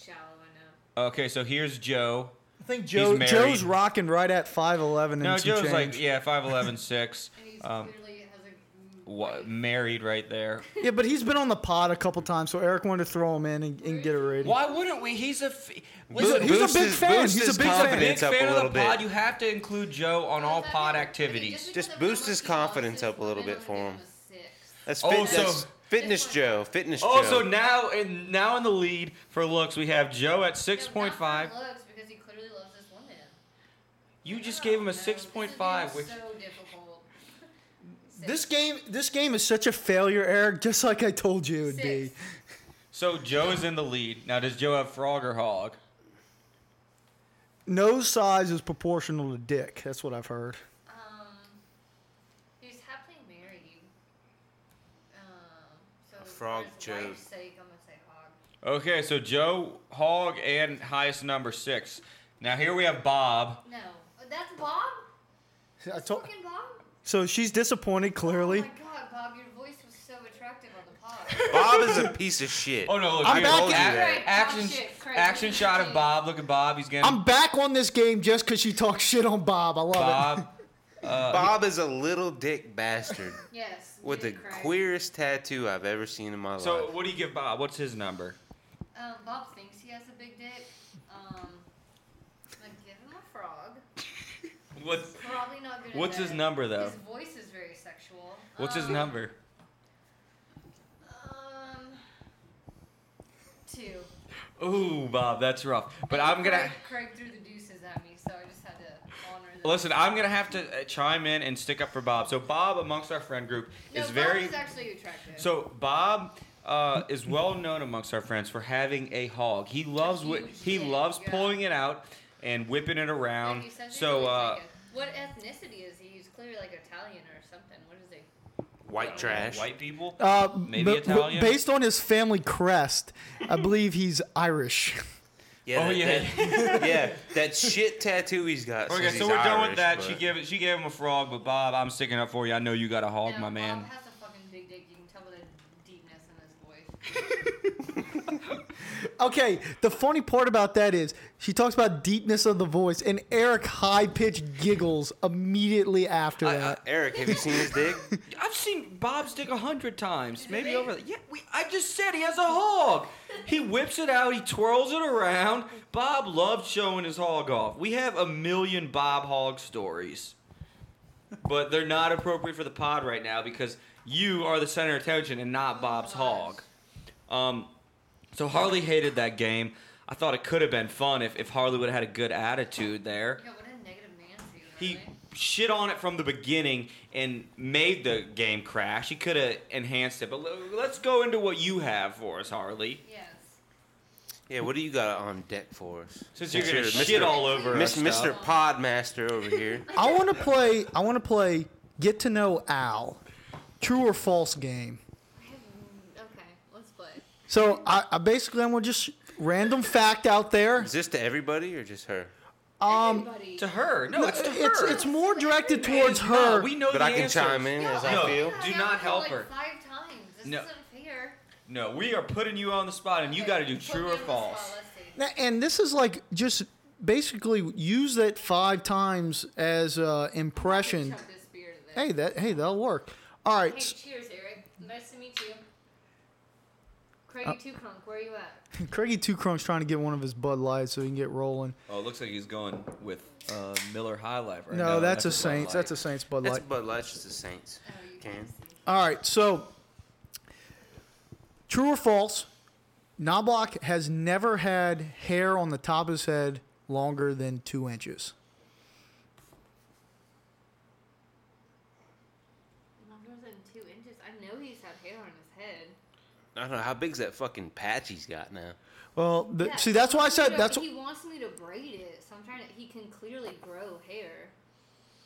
Shallow, I know.
Okay, so here's Joe.
I think Joe,
married.
Joe's rocking right at five eleven and
No,
some
Joe's
change.
like yeah, 5'11", 6.
And he's
Um,
clearly has a.
wa- married right there.
yeah, but he's been on the pod a couple times, so Eric wanted to throw him in and, and get a rating.
Why wouldn't we? He's a f-
He's a,
listen,
he's a
Boost
big
his-
fan.
boost
He's
his
a big fan.
confidence.
big
up a
fan
little
of the pod.
bit.
You have to include Joe on all pod activities.
Just boost his confidence up a little bit for him. That's, fit,
Oh, so-
that's fitness Joe. Fitness
Oh,
Joe.
so now in now in the lead for looks, we have Joe at six point five.
Looks because he clearly loves this woman.
You just gave him
No,
a
this
six point five,
would
which
be so difficult.
This game, this game is such a failure, Eric. Just like I told you it would be.
Six.
so Joe is in the lead. Now does Joe have frog or hog?
Nose size is proportional to dick. That's what I've heard.
Um, he's happily married. Um, so
frog
for his
Joe.
wife's sake, I'm gonna say hog.
Okay, so Joe, hog, and highest number six. Now here we have Bob.
No, Oh, that's Bob.
I
That's
told-
fucking Bob.
So she's disappointed,
Oh
clearly.
my God, Bob, your voice was so attractive on the pod.
Bob is a piece of shit.
Oh no! Look,
I'm
here,
back
look,
in-
ac-
Right, Bob
action,
shit, Craig.
action shot of Bob. Look at Bob. He's getting
I'm back on this game just because she talks shit on Bob. I love it.
Bob. Uh,
Bob is a little dick bastard
yes.
with the
did, Craig.
queerest tattoo I've ever seen in my
So
life.
what do you give Bob? What's his number?
Um, Bob thinks he has a big dick. Um, I'm gonna give him a frog.
What?
Probably not good. at
What's his
that.
number though?
His voice is very sexual.
What's his
Um,
number?
Um, two.
Ooh, Bob, that's rough. But I'm gonna.
Craig, Craig threw the deuces at me, so I just had to honor that.
Listen, I'm gonna have to uh, chime in and stick up for Bob. So Bob, amongst our friend group,
no,
is
Bob
very.
is actually attractive.
so Bob uh, is well known amongst our friends for having a hog. He loves
huge
whi- he
dick,
loves
yeah.
pulling it out and whipping it
And
around.
he says he's
So
really
uh,
taken. what ethnicity is he? He's clearly like Italian or something. What is he?
White trash.
white people.
Uh,
Maybe
but- but
Italian?
based on his family crest, I believe he's Irish.
Yeah,
Oh,
that-
yeah.
that- yeah, that shit tattoo he's got.
Okay,
says
so
he's
we're done
Irish,
with that.
but-
She gave it. She gave him a frog, but Bob, I'm sticking up for you. I know you got a hog,
No,
my man.
Bob has a fucking big dick. You can tell by the deepness in his voice.
Okay, the funny part about that is she talks about deepness of the voice, and Eric high pitched giggles immediately after that.
Eric, have you seen his dick?
I've seen Bob's dick a hundred times, maybe over. The, yeah, we, I just said he has a hog. He whips it out, he twirls it around. Bob loves showing his hog off. We have a million Bob hog stories, but they're not appropriate for the pod right now because you are the center of attention and not Bob's hog. Um, so Harley hated that game. I thought it could have been fun if, if Harley would have had a good attitude there
Yeah, what a negative Nancy.
he
Really.
shit on it from the beginning and made the game crash. He could have enhanced it, but l- let's go into what you have for us, Harley.
Yes.
yeah, what do you got on deck for us?
Since you're gonna shit all over
Miss,
us,
Mr. Podmaster over here.
I want to play. I want to play. Get to know Al. True or false game.
Okay, let's play.
So I, I basically I'm gonna just random fact out there.
Is this to everybody or just her?
Um,
Everybody.
to her. No, it's to her.
it's it's more directed
It is
towards
not.
her.
We know
But
the
I can
answer.
chime in as
No.
I feel.
Do not help her.
Five times. This
No.
is unfair.
No, we are putting you on the spot, and you got to do
Put
true
me
or
on the
false.
spot, let's see.
Na- And this is like just basically use that five times as uh, impression.
Chug this beer to this.
Hey, that hey that'll work. All right.
Hey, cheers, Eric. Nice to meet you.
Oh.
Craigie Two Crunk, where are you at?
Craigie E. Two Crunk's trying to get one of his Bud Lights so he can get rolling.
Oh, it looks like he's going with uh, Miller High Life right
No, that's, a Saints. That's a Saints Bud
That's
Light.
Bud Light's just the Saints.
Oh, you
Can.
can't see.
All right. So, true or false? Knobloch has never had hair on the top of his head longer than two inches.
Longer than two inches. I know he's had hair on his head.
I don't know how big's that fucking patch he's got now.
Well, the,
Yeah,
Uh, see, that's why I
you
said
know,
that's.
He wants me to braid it, so I'm trying to. He can clearly grow hair.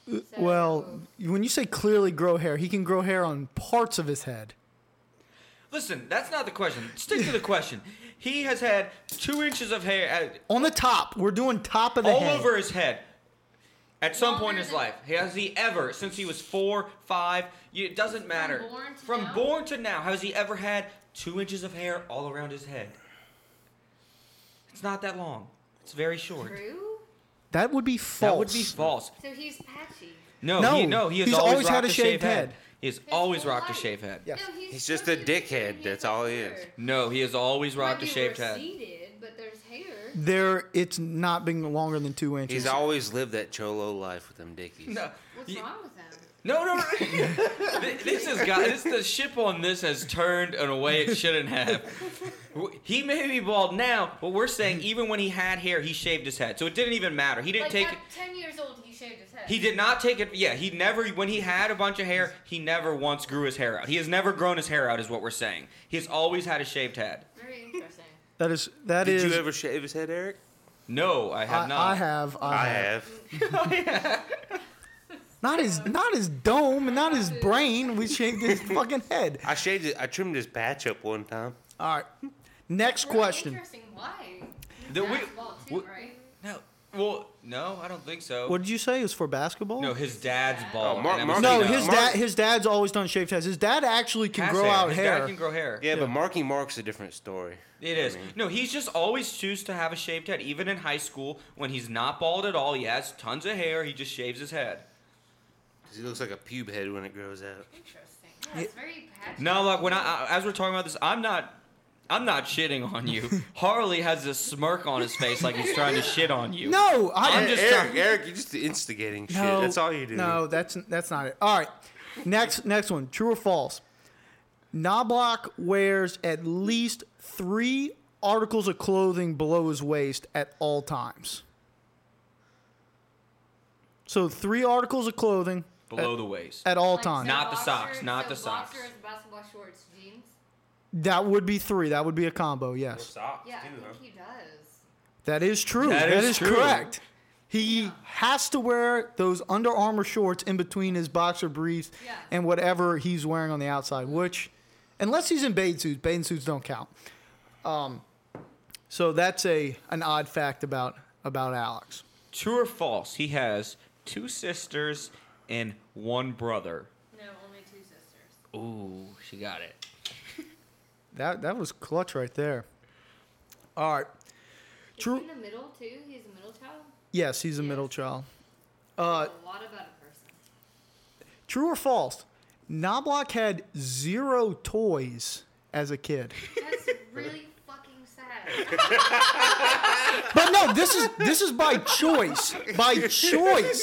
So-
Uh, Well, when you say clearly grow hair, he can grow hair on parts of his head.
Listen, that's not the question. Stick to the question. He has had two inches of hair. uh,
On the top, we're doing top of the
all
head.
over his head. At some
Longer
point in his
than-
life, has he ever, since he was four, five, you- it doesn't matter.
born to
From
now?
born to now, has he ever had two inches of hair all around his head? It's not that long. It's very short.
True.
That would be false.
That would be false.
So he's patchy.
No,
No,
he, no, he has
he's
always,
always had
rocked
a shaved
head.
head.
He has
His
always
whole
rocked a
life.
shaved head.
Yes.
No, he's,
He's just a dickhead,
has
that's all he
hair.
is.
No, he has always rocked a
Might be
shaved head.
receded, But there's hair.
There, it's not being longer than two inches.
He's always lived that cholo life with them dickies.
No,
What's
he-
wrong with him?
no, no. no. Th- this is got this. The ship on this has turned in a way it shouldn't have. W- He may be bald now, but we're saying even when he had hair, he shaved his head, so it didn't even matter. He didn't
Like
take.
at ten years old, he shaved his head.
He did not take it. Yeah, he never. When he had a bunch of hair, he never once grew his hair out. He has never grown his hair out, is what we're saying. He has always had a shaved head.
Very interesting.
that is. That
Did
is.
you ever shave his head, Eric?
No, I have
I,
not. Oh,
I have. I,
I
have.
have.
Not his. Not his dome and not his brain. We shaved his fucking head.
I shaved it. I trimmed his patch up one time.
All right. Next
Really
question.
Interesting. Why?
The- we-
Basketball too,
we-
right?
No. Well, no, I don't think so.
What did you say? It was for basketball?
No, his dad's bald.
Oh, Mar-
and it was-
Mar-
No,
No.
his
Mark-
dad. His dad's always done shaved heads. His dad actually can
Has
grow out
His
hair.
dad can grow hair.
Yeah, but Marky Mark's a different story.
It is. No, he's just always choose to have a shaved head. Even in high school, when he's not bald at all, he has tons of hair. He just shaves his head.
'Cause he looks like a pube head when it grows out.
Interesting. Yeah, it's very patchy.
No, look. When I, I as we're talking about this, I'm not, I'm not shitting on you. Harley has this smirk on his face like he's trying to shit on you.
no,
I'm
I,
just
Eric,
trying-
Eric, you're just instigating shit.
No,
That's all you do.
No, that's that's not it. All right, next next one. True or false? Knobloch wears at least three articles of clothing below his waist at all times. So three articles of clothing
Below the waist.
at all
Like,
times.
so
Not the socks,
boxers-
not
so
the socks.
Boxers, basketball shorts, jeans.
that would be three. That would be a combo. Yes,
Socks,
Yeah, I
too,
think
huh?
he does.
that is true.
That
that
is
is,
true.
correct. He has to wear those Under Armour shorts in between his boxer briefs
Yeah.
and whatever he's wearing on the outside, which, unless he's in bathing suits, bathing suits don't count. Um, so that's a an odd fact about about Alex.
True or false? He has two sisters and one brother.
No, only two sisters.
Ooh, she got it.
That that was clutch right there. All right.
Is
True.
he in the middle too? He's a middle child.
Yes, he's a middle child.
Uh, a lot about a person.
True or false? Knobloch had zero toys as a kid.
That's really fucking sad.
But no, this is this is by choice. By choice.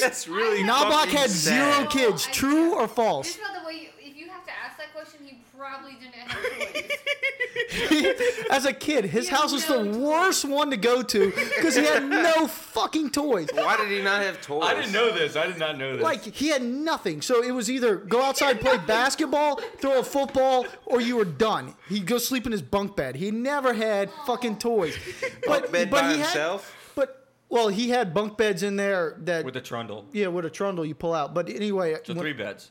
That's really
Knobloch
fucking
had zero
sad.
kids.
I-
True or false?
Just about the way you, if you have to ask that question, he probably didn't have toys.
As a kid, his
He had
house was
no
the
toys.
worst one to go to because he had no fucking toys.
Why did he not have toys?
I didn't know this. I did not know this.
Like he had nothing. So it was either go outside, play basketball, throw a football, or you were done. He'd go sleep in his bunk bed. He never had fucking toys. But,
bed by
had-
himself?
but well, he had bunk beds in there that
with a trundle.
yeah, with a trundle you pull out. But anyway,
So
when-
three beds.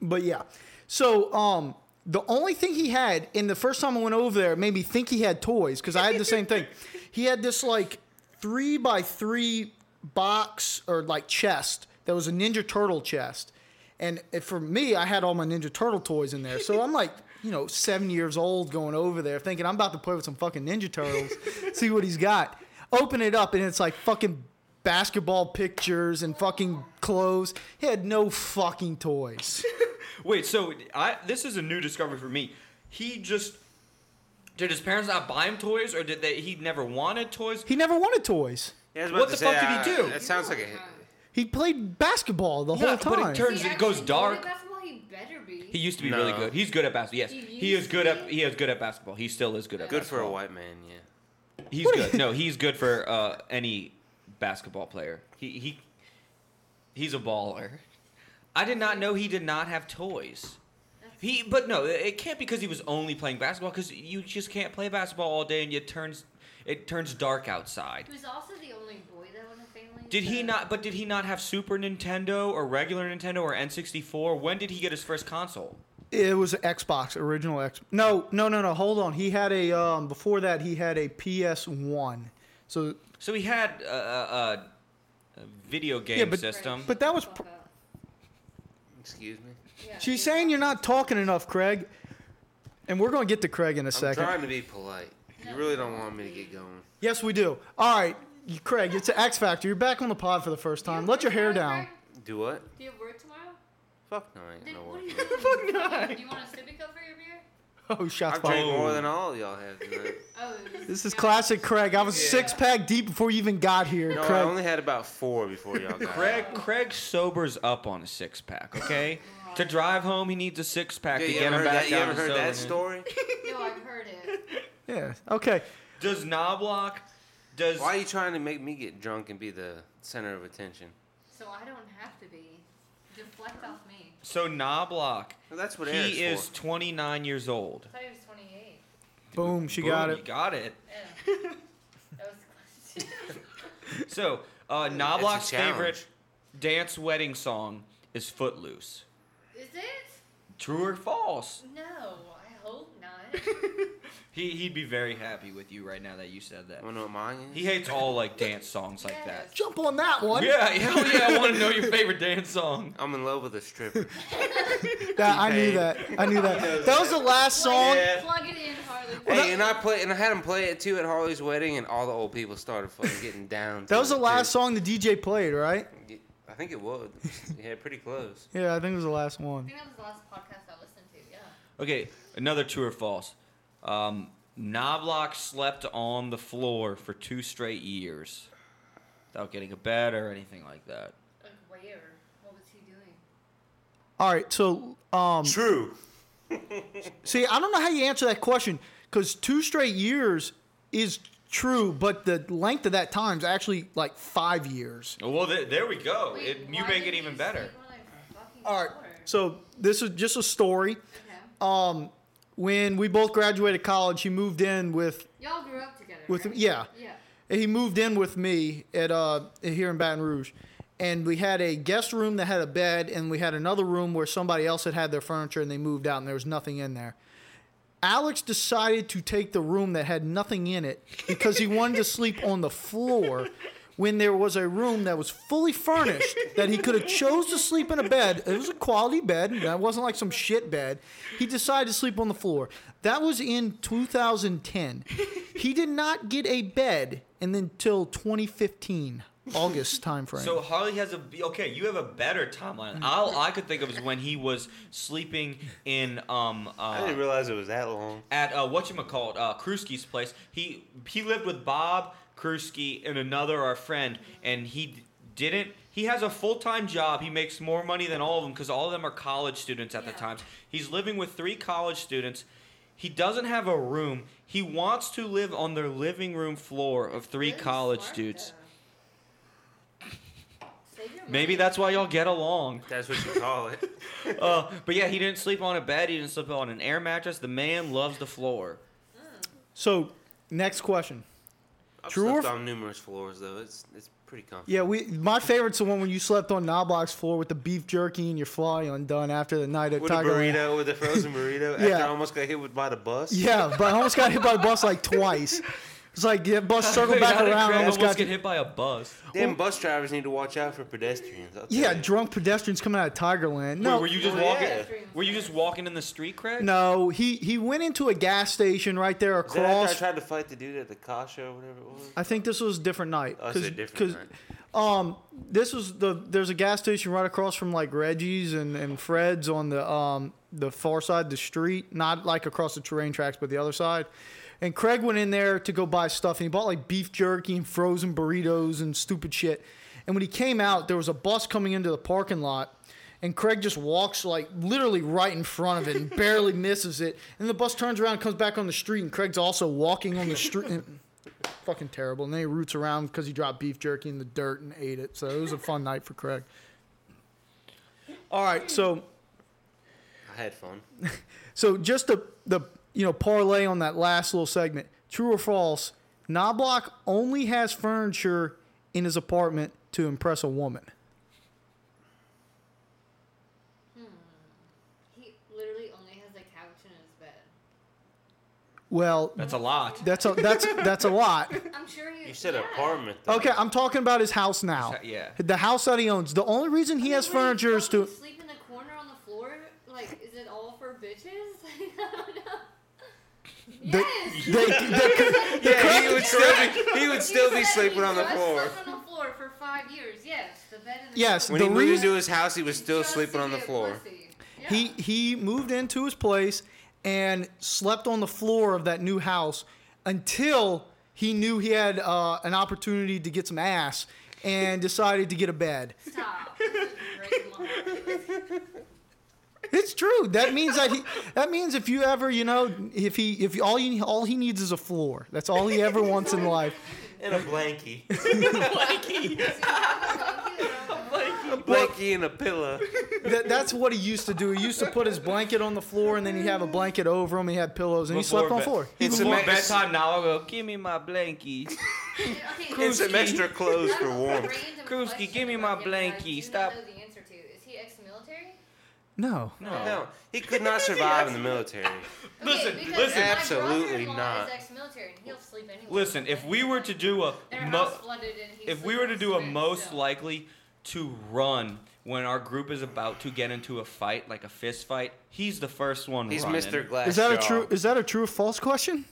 But yeah. So um the only thing he had, and the first time I went over there, it made me think he had toys because I had the same thing. He had this like three by three box or like chest that was a Ninja Turtle chest. And it- for me, I had all my Ninja Turtle toys in there. So I'm like, you know, seven years old going over there thinking I'm about to play with some fucking Ninja Turtles, see what he's got. Open it up, and it's like fucking basketball pictures and fucking clothes. He had no fucking toys.
Wait, so I this is a new discovery for me. He just did his parents not buy him toys, or did they? He never wanted toys.
He never wanted toys.
Yeah, I was about
What
to
the fuck
say,
did he
uh,
do?
That sounds like a.
He played basketball the
No,
whole
but it
time.
turned- Turns-
Is he
it goes
actually good
dark.
at Basketball, he better be.
He used to be really
No.
good. He's good at basketball. Yes,
He
he,
used
is good
to
at
be?
he is good at basketball. He still is good at
Good for a
basketball.
white man, yeah.
He's good. No, he's good for uh, any basketball player. He he he's a baller. I did not know he did not have toys. He but no, it it can't because he was only playing basketball because you just can't play basketball all day and it turns it turns dark outside.
He was also the only boy though in the family.
Did he
so-
not? But did he not have Super Nintendo or regular Nintendo or N64? When did he get his first console?
it was Xbox, original X. No, no, no, no. Hold on. He had a um, before that he had a PS One. So
So he had uh, uh, uh, uh, video game
but-
system.
But that was. Pr-
Fuck up.
Excuse me.
Yeah.
She's saying you're not talking enough, Craig. And we're going to get to Craig in a
I'm
second.
trying to be polite. You really don't want me to get going.
Yes, we do. All right, you- Craig, it's an X Factor. You're back on the pod for the first time. Let your hair down.
Do what?
Do you have work tomorrow?
Fuck no, I ain't
Did,
got no
what
work.
do you Fuck no. Do you want a sippy cup for your beer?
Oh, shots
I've drank
fired.
more than all y'all have tonight.
Oh,
This is classic Craig. I was six pack deep before you even got here,
No, I
Craig.
only had about four before y'all got
Craig
here.
Craig sobers up on a six pack. Okay, to drive home he needs a six pack
Yeah,
to
you
get
ever
him
heard
back
that, you
down
ever
to
heard that
sober.
story?
No, I've heard it.
Yeah. Okay.
Does Knobloch? Does
Why are you trying to make me get drunk and be the center of attention?
So I don't have to be. Deflect off me.
so Knoblock?
Well, that's what Eric's
He is
for.
29 years old.
I thought he was 28.
Boom. She
Boom,
got
You
it.
got it.
Yeah. that was the question.
So, uh, Knobloch's
challenge.
favorite dance wedding song is Footloose.
Is it?
True or false?
No, I hope not.
He, he'd be very happy with you right now that you said that.
Wanna know what mine is?
He hates all like dance songs like that.
Yes.
Jump on that one.
Yeah, hell yeah, I want to know your favorite dance song.
I'm in love with a stripper.
That, I knew that. I knew that. That was the last song.
Oh, Yeah.
Plug it in, Harley.
hey, and I play, and I had him play it too at Harley's wedding, and all the old people started fucking getting down. to
That was
it,
the last song the DJ played, right?
too. I think it was. Yeah, pretty close.
Yeah, I think it was the last
I
one.
think that was the last podcast I listened to. Yeah.
Okay, another true or false. Um, Knobloch slept on the floor for two straight years without getting a bed or anything like that.
Like where? What was he doing?
All right. So, um,
True.
see, I don't know how you answer that question because two straight years is true, but the length of that time is actually like five years.
Oh, Well, th- there we go.
Wait,
It, you
why
make
did
it
he
even
sleep
better.
on a fucking
All right.
floor?
So this is just a story. Um,
Okay.
When we both graduated college, he moved in with
Y'all grew up together.
with
right?
yeah.
Yeah.
He moved in with me at uh here in Baton Rouge, and we had a guest room that had a bed, and we had another room where somebody else had had their furniture, and they moved out, and there was nothing in there. Alex decided to take the room that had nothing in it because he wanted to sleep on the floor when there was a room that was fully furnished that he could have chose to sleep in a bed. It was a quality bed. That wasn't like some shit bed. He decided to sleep on the floor. That was in 2010. He did not get a bed and then till 2015 August timeframe.
So Harley has a okay. You have a better timeline. All I could think of is when he was sleeping in um
I
uh,
didn't realize it was that long.
at uh, what you call it uh, Krusky's place. He he lived with Bob Krusky and another our friend, and he d- didn't. He has a full time job. He makes more money than all of them because all of them are college students at the
Yeah.
time. He's living with three college students. He doesn't have a room. He wants to live on their living room floor of three
Really
college
smart,
dudes.
though. Save your
Maybe
money.
that's why y'all get along.
That's what you call it.
Uh, but yeah, he didn't sleep on a bed. He didn't sleep on an air mattress. The man loves the floor.
so next question.
I've
True or
slept
f-
on numerous floors though. It's it's pretty comfortable.
Yeah, we my favorite's the one when you slept on Knobloch's floor with the beef jerky and your fly undone after the night at
With a
Tiger. Land.
burrito, with a frozen burrito.
Yeah.
After I almost got hit with by the bus.
Yeah, but I almost got hit by a bus like twice. It's like yeah, bus circled back
How did
around.
Greg
Almost got
get hit by a bus.
Damn, bus drivers need to watch out for pedestrians. I'll tell
yeah,
you.
drunk pedestrians coming out of Tigerland. No,
Wait, were you just
Well,
walking?
yeah.
Were you just walking in the street, Craig?
no, he he went into a gas station right there
Is that after I
across.
tried to fight the dude at the Kasha or whatever it was?
I think this was a different night.
Oh, it's a
'cause-
different
'cause, Um, this was the there's a gas station right across from like Reggie's and, and Fred's on the um the far side of the street, not like across the terrain tracks, but the other side. And Craig went in there to go buy stuff, and he bought like beef jerky and frozen burritos and stupid shit. And when he came out, there was a bus coming into the parking lot, and Craig just walks like literally right in front of it and barely misses it. And the bus turns around and comes back on the street, and Craig's also walking on the street. fucking terrible. And then he roots around because he dropped beef jerky in the dirt and ate it. So it was a fun night for Craig. All right, so
I had fun.
so just the the you know parlay on that last little segment. True or false? Knobloch only has furniture in his apartment to impress a woman.
He literally only has a couch in his bed.
Well,
That's a lot.
that's a that's that's a lot.
I'm sure he,
You said
yeah.
apartment. Though.
Okay, I'm talking about his house now.
Yeah.
The house that he owns. The only reason he has
Wait, wait,
furniture is
don't
to.
you sleep in the corner on the floor. Like, is it all for bitches? Like, I don't know. Yes.
They, they-
yeah, he would still be, he would still be
You said
sleeping
he
on the
just
floor.
Slept on the floor for five years. Yes, the bed. And the
yes,
When
the
he moved
reason
into his house, he was still
Just
sleeping
to
on the
get
floor.
pussy. Yeah.
he he moved into his place and slept on the floor of that new house until he knew he had uh, an opportunity to get some ass and decided to get a bed.
Stop. This is great line.
It's true. That means that he. That means if you ever, you know, if he, if all you, all he needs is a floor. That's all he ever wants in life.
And a blankie.
Thank you.
A blankie and a pillow.
That, that's what he used to do. He used to put his blanket on the floor, and then he'd have a blanket over him. He had pillows, and he slept on the floor.
It's
Before
a mess.
bedtime now. I'll go. Give me my blankie.
Okay,
It's some extra clothes for warmth.
Krusky, give me my blankie. Stop.
Know the answer to. Is he ex-military?
No.
No, he could not survive in the military.
Listen,
listen. Absolutely not.
ex-military and he'll sleep anywhere.
Listen, if we were to do a
Their
mo-
house flooded and he
if we
sleep
were
on
to
his
do a
bed,
most
so-
likely to run when our group is about to get into a fight, like a fist fight, he's the first one.
He's
running.
Mr. Glass.
Is that a true? Is that a true or false question?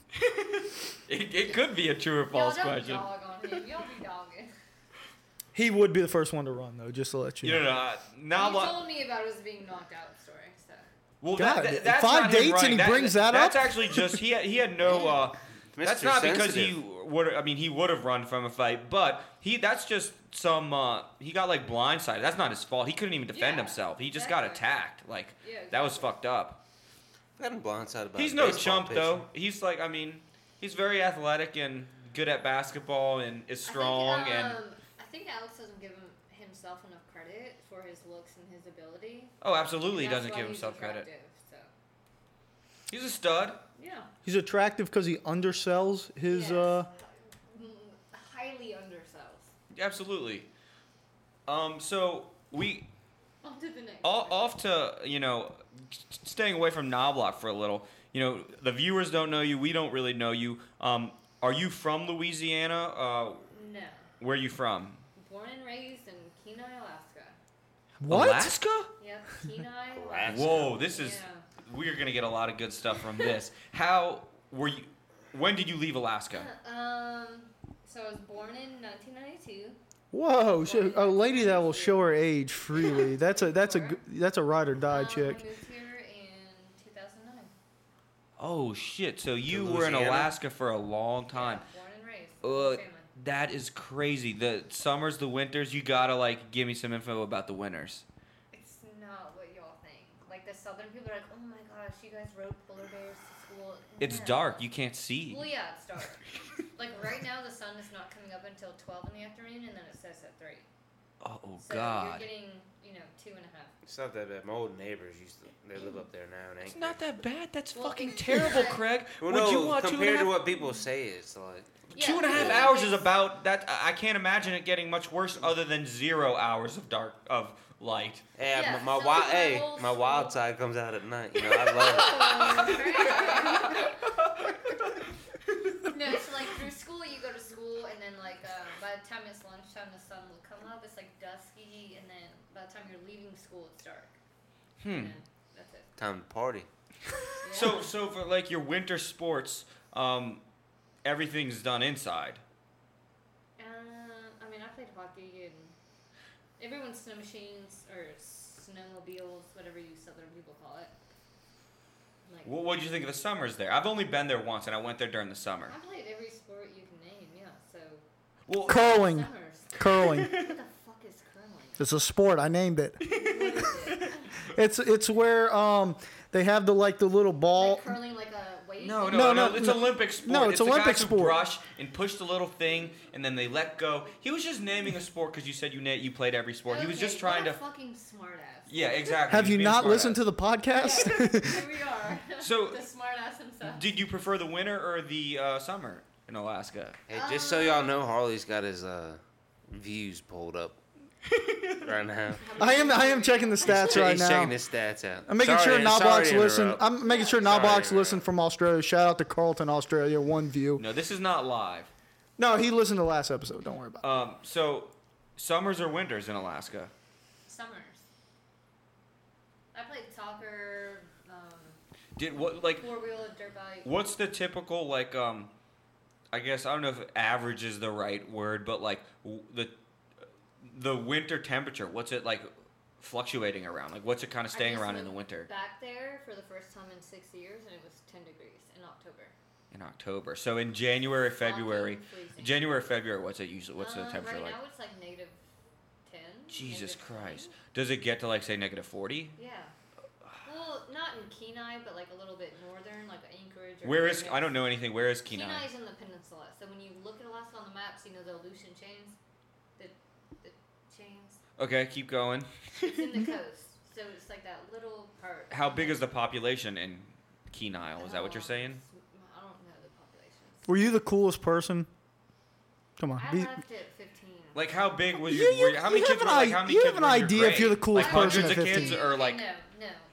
It, it could be a true or
Y'all
false
don't
question.
dog on him. Y'all be dogging.
He would be the first one to run, though, just to let you
You
know.
know, uh, now
You
what?
told me about his being knocked out story. So.
Well,
God,
that, that, that's
five
not him
dates and
running.
he brings that
that's
up?
That's actually just he. Had, he had no. Uh, that's
Mr.
not because
Sensitive.
he would. I mean, he would have run from a fight, but he. That's just some. Uh, he got like blindsided. That's not his fault. He couldn't even defend
Yeah,
himself. He just got
exactly.
attacked. Like
Yeah,
that was fucked up.
Got him blindsided by
he's
a
no
baseball
chump
pitcher.
though. He's like I mean, he's very athletic and good at basketball and is strong
I think,
and
um, I think Alex doesn't give him, himself enough credit for his looks and his ability.
oh, absolutely he
That's
doesn't
why
give
he's
himself credit.
attractive, So.
He's a stud.
Yeah.
He's attractive because he undersells his.
Yes.
uh
Mm, highly undersells.
Absolutely. Um. So we
On to the next.
all, off to you know staying away from knobloch for a little you know the viewers don't know you we don't really know you um, are you from louisiana uh,
No.
where are you from
Born and raised in Kenai, Alaska.
What?
alaska
Yep, Kenai,
Alaska.
whoa this is
Yeah.
we're gonna get a lot of good stuff from this how were you when did you leave alaska
Um, so I was born in 1992.
Whoa! sh- A lady that will show her age freely. That's a that's a g- that's a ride or die
Oh,
um,
chick.
I moved here in 2009.
oh shit so you were in
Louisiana?
alaska for a long time
Born and raised.
uh,
Family.
that is crazy the summers the winters you gotta like give me some info about the winters
It's not what y'all think. Like the southern people are like, oh my gosh, you guys rode polar bears to school.
it's
Yeah.
dark you can't see
Well, yeah, it's dark. like right now, the sun is not coming up until 12 in the afternoon, and then it sets at three.
Oh, oh,
So
God.
you're getting, you know, two and a half.
It's not that bad. My old neighbors used to. They live up there now. And
It's not that bad. That's
Well,
fucking
it's-
terrible, Craig.
Well,
Would
no,
you want two and a
compared
half,
to what people say, it's like
two and a half
Yeah.
hours is about that. I I can't imagine it getting much worse other than zero hours of dark of light.
Hey,
Yeah,
my, my,
so
wi-
the
hey,
whole
my wild
school-
side comes out at night. You know, I love
no, so like through school, you go to school, and then like um, by the time it's lunchtime, the sun will come up. It's like dusky, and then by the time you're leaving school, it's dark.
Hmm.
And that's it.
it. Time to party.
Yeah.
So, so for like your winter sports, um, everything's done inside.
Um, I mean, I played hockey, and everyone's snow machines or snowmobiles, whatever you southern people call it. Like
What would you think of the summers there? I've only been there once, and I went there during the summer.
I played every sport you can name. Yeah, so
Well,
Curling,
summers.
curling.
What the fuck is curling?
It's a sport. I named it. it's it's where um they have the like the little ball.
Like curling like a wave?
No, no,
No,
no,
no,
It's
no.
Olympic sport.
No, it's
the
Olympic
guys who
sport.
brush and push the little thing, and then they let go. He was just naming a sport because you said you na- you played every sport. He was
Okay,
just trying
what
to.
a fucking smartass.
yeah, exactly.
Have
he's
you
being
not
smart
listened
ass.
to the podcast?
Here we are.
So-
the smartass himself.
Did you prefer the winter or the uh, summer in Alaska?
Hey, just so y'all know, Harley's got his uh, views pulled up. right now.
I am I am checking the stats right
he's
now.
checking his stats out.
I'm making
Sorry-
sure
sorry
Knobloch's
to
listen.
interrupt.
I'm making
Sorry
sure
to interrupt.
Knobloch's listen from Australia. Shout out to Carlton, Australia. One view.
No, this is not live.
No, he listened to last episode. Don't worry about it.
Um, so summers or winters in Alaska?
Summers. I played soccer, um,
Did what like
four wheel, dirt bike.
what's the typical like um, I guess I don't know if average is the right word, but like w- the the winter temperature. What's it like fluctuating around? Like what's it kind of
I
staying
just
around in the
went
winter
Back there for the first time in six years, and it was 10 degrees in October.
in October? So in January, February,
Fucking freezing.
January, February. What's it usually? What's the
Uh,
temperature
right
like?
now it's like negative 10.
Jesus
negative
Christ!
20.
Does it get to like say negative forty?
Yeah. Well, not in Kenai, but like a little bit northern, like Anchorage. Or
Where is
Phoenix.
I don't know anything. Where is Kenai?
Kenai. is in the peninsula, so when you look at Alaska on the maps, you know the Aleutian chains, the, the chains.
Okay, keep going.
It's in the coast, so it's like that little part.
How big is the population in Kenai? Is that what you're
Oh,
saying?
it's- I don't know the population.
Were you the coolest person? Come on.
I
Uh, Be,
left at 15.
Like how big was
You-
your?
you-
were- how many
you
kids
have
were
an
like?
i-
How many
you
kids
have an
were in your
idea if
grade?
you're the coolest
like,
person
Hundreds
at
of kids
15.
or like
no, no.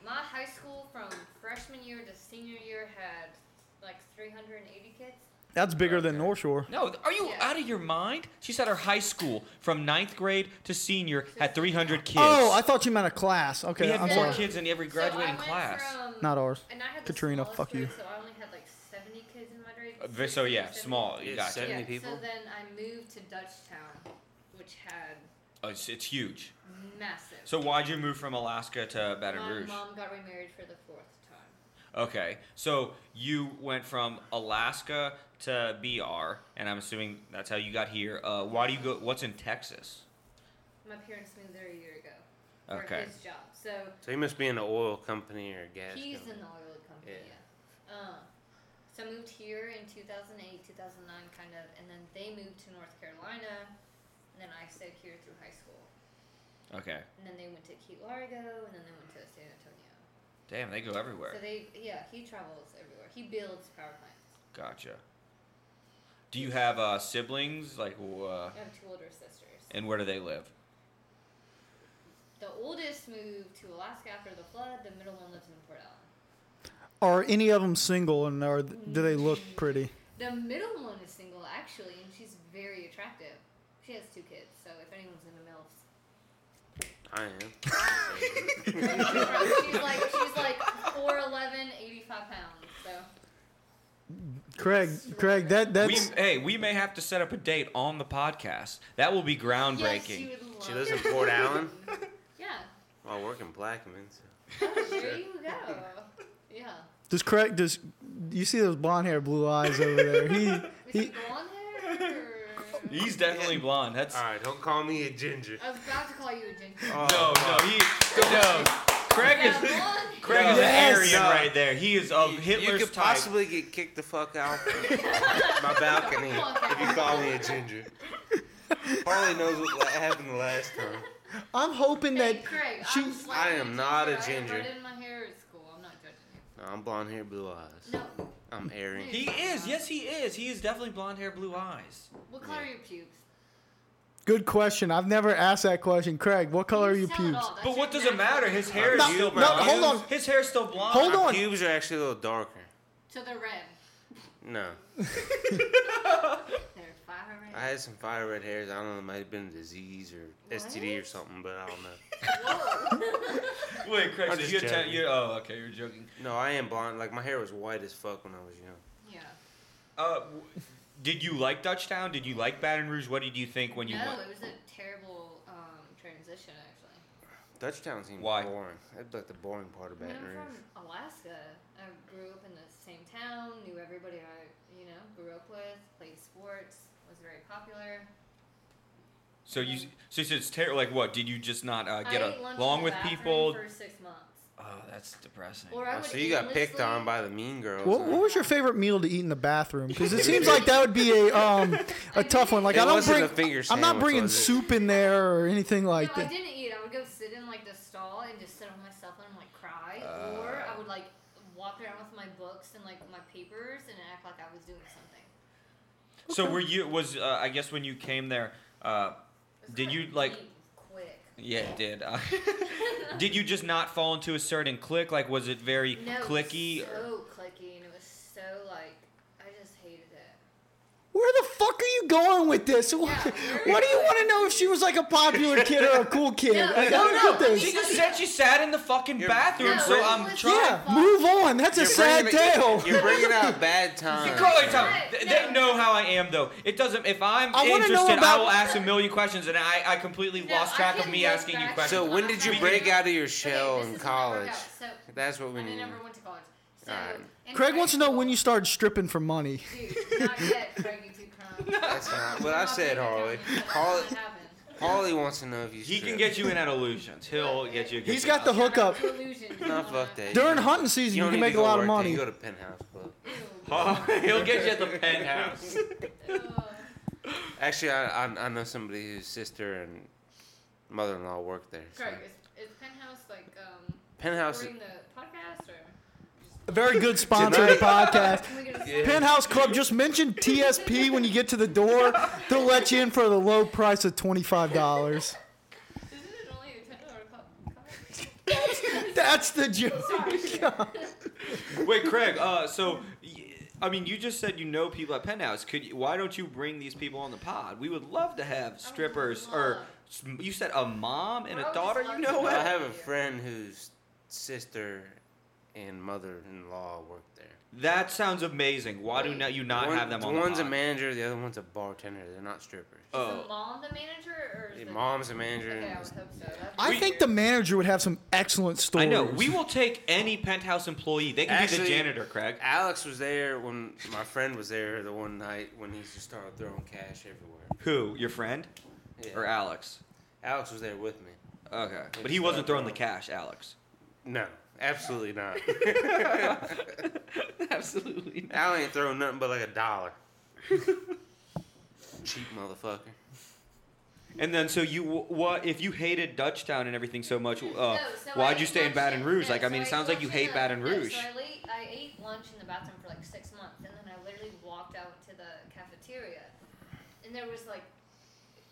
My high school from freshman year to senior year had like 380 kids.
that's bigger than North Shore.
no? Are you
Yeah.
out of your mind? She said her high school from ninth grade to senior had 300 kids.
Oh, I thought you meant a class.
we
Okay,
had
I'm
more
sorry.
kids in every graduating
so I went
class. Uh,
From,
Not ours.
And I had the
Katrina,
smallest
fuck you.
grade, So I only had like 70 kids in my grade.
Uh, ve- so
60,
yeah,
70.
small. You
Yeah,
gotcha.
seven- 70
yeah,
people?
So then I moved to Dutchtown, which had
Oh, it's, it's huge.
massive.
So why'd you move from Alaska to Baton
my
Rouge?
mom got remarried for the fourth time.
Okay, so you went from Alaska to BR, and I'm assuming that's how you got here. Uh, why do you go? What's in Texas?
My parents moved there a year ago for
Okay.
his job. So
So he must be in an oil company or a gas
He's in
company.
the oil company.
Yeah.
Yeah. Uh, so I moved here in 2008, 2009, kind of, and then they moved to North Carolina, and then I stayed here through high school,
Okay,
and then they went to Key Largo, and then they went to San Antonio.
damn, they go everywhere.
So they, yeah, he travels everywhere. He builds power plants.
Gotcha. Do you have uh, siblings? Like, wh- uh,
I have two older sisters.
and where do they live?
The oldest moved to Alaska after the flood. The middle one lives in Port Allen.
Are any of them single and are do they look pretty?
The middle one is single actually, and she's very attractive. She has two kids, so if anyone's into milfs,
I am.
she's like she's like 4'11", 85 pounds. So
Craig, Craig, that
We,
that's
hey, we may have to set up a date on the podcast. That will be
yes, you
groundbreaking.
would love.
She lives in
it.
Port Allen.
Yeah,
Well, I work in Blackman. So.
there you go. Yeah.
does Craig does you see those blonde hair, blue eyes over there? He
Is
he
she blonde hair? or-
He's definitely blonde. That's
All right, don't call me a ginger.
I was about to call you a ginger.
Uh,
no, no, he no. Craig
Yeah,
is
blonde.
Craig is
Yes!
an Aryan right there. He is of Hitler's
you could
type.
possibly get kicked the fuck out from my balcony if you call me a ginger. Harley knows what la- happened the last time.
I'm hoping
Hey,
that
Craig,
she-
I'm slightly
I am not a
I
ginger.
have red in my hair at school. I'm not judging
No, I'm blonde hair, blue eyes.
you. No.
I'm Aryan.
He is. Yes, he is. He is definitely blonde hair, blue eyes.
What color are your pubes?
good question. I've never asked that question. Craig, what color are
You
your
tell it
pubes?
all. That's
But what
your
does it matter?
natural
His
color.
hair is
No,
still
no,
brown.
hold on.
His hair is still blonde.
Hold
My
on.
pubes are actually a little darker.
So they're red.
No,
They're fire red.
I had some fire red hairs. I don't know. It might have been a disease or STD or something, but I don't know.
Wait, Craig,
I'm
so
just
you atta-
joking.
you Oh, okay, you're joking.
No, I am blonde. Like my hair was white as fuck when I was young.
yeah.
Uh, w- did you like Dutchtown? Did you like Baton Rouge? What did you think when you
no,
went?
it was a terrible um, transition actually.
Dutchtown seems
Why?
boring. That's like the boring part of
I mean,
Baton
I'm
Rouge.
from Alaska. I grew up in the same town, knew everybody I you know grew up with, played sports, was very popular.
So you, so you said it's terrible. Like what? Did you just not uh, get
I ate lunch
along
in the
with
bathroom
people?
for six months.
Oh, that's depressing.
Or I
Oh,
would
so you got picked
aimlessly-
on by the mean girls.
What,
huh?
what was your favorite meal to eat in the bathroom? Because it seems like that would be a um a tough one. Like
It
I don't
wasn't
bring
a finger
I'm not
sandwich,
bringing
was it?
soup in there or anything like
no, I
that.
didn't eat. I would go sit in like the stall and just sit on myself and like cry, or
Uh.
I would like walk around with my books and like my papers and act like I was doing something.
So were you? Was uh, I guess when you came there? Uh,
It was
Did
kinda
you, like-
mean, Quick.
Yeah, it did. Uh, did you just not fall into a certain clique? Like, was it very
No, it was
clicky? or-
so clicky, and it was so like I just hated it.
Where the fuck are you going with this? Wh-
Yeah.
What do you want to know if she was like a popular kid or a cool kid?
No,
I
no,
don't
no,
get
let me
this.
She just said she sat in the fucking bathroom,
No,
so
it
I'm
was
trying.
Yeah,
Fuck.
move on. That's a sad tale.
You're bringing out bad times.
Carly, tell me. They- They
No.
know how I am, though. It doesn't. If I'm
I wanna know
interested, I
about-
will ask a million questions, and I, I completely
No,
lost
I
track of
can
me
look
asking you
back.
questions.
So when did you
We
break
can-
out of your
Okay,
shell
this
in
is when I worked
college?
out, So
That's what we
I
need.
never went to college. So,
Alright.
in
Craig
high
wants to know when
school-
you started stripping for money.
Dude, not yet, Craig. You too crumb.
That's not what I said, Harley. Harley, Harley wants to know if you.
He can
strip.
get you in at illusions. He'll get you. a good
He's
job.
got the hookup.
Nah, fuck that.
During
You-
hunting season, you,
don't
can
need to
make a
go
lot
work
of
there.
money.
You go to Penthouse Club.
He'll get you at the penthouse.
Actually, I, I I know somebody whose sister and mother-in-law work there. so-
Craig, is, is Penthouse like um
Penthouse.
during the podcast or
A very good sponsor of the podcast.
can we get a
Penthouse Club, just mention TSP when you get to the door. They'll let you in for the low price of $25.
Isn't it only a ten dollar cup?
That's the joke.
Wait, Craig. Uh, so. y- I mean, you just said you know people at Penthouse. Could you, why don't you bring these people on the pod? We would love to have strippers, or s- you said a mom and
I
a
would
daughter.
just
You
love
know
I
to-
what?
have a friend whose sister and mother-in-law work there.
That sounds amazing. Why do not you not
One-
have them on
One's
the
a
pod?
manager, the other one's a bartender. They're not strippers.
Is
Oh.
the mom the manager or is
Your
the
mom's a manager.
Okay, I would
and
hope so. That's
I think the manager would have some excellent stories.
I know. We will take any penthouse employee. They can be
Actually-
the janitor, Craig.
Alex was there when my friend was there the one night when he just started throwing cash everywhere.
Who? Your friend
Yeah.
or Alex?
Alex was there with me.
Okay, but he wasn't throwing the cash, Alex.
No, absolutely not.
Absolutely. Not.
Al ain't throwing nothing but like a dollar. Cheap motherfucker.
And then, so you what? If you hated Dutchtown and everything so much, uh,
No, so
why'd
I
you
ate
stay in
lunch
Baton Rouge?
no,
like, I mean,
so
it sounds like
ate
you
lunch in
hate
the-
Baton
no,
Rouge.
so I, late, I ate lunch in the bathroom for like six months, and then I literally walked out to the cafeteria, and there was like,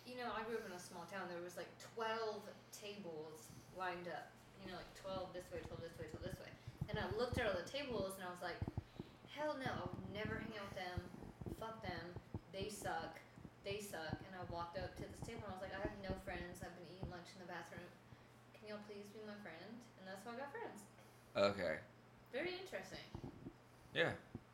you know, I grew up in a small town. There was like twelve tables lined up, you know, like twelve this way, twelve this way, twelve this way, and I looked at all the tables, and I was like, hell no, I'll never hang out with them. Fuck them. They suck. They suck. And I walked up to this table and I was like, I have no friends. I've been eating lunch in the bathroom. Can y'all please be my friend? And that's how I got friends.
okay.
Very interesting.
Yeah.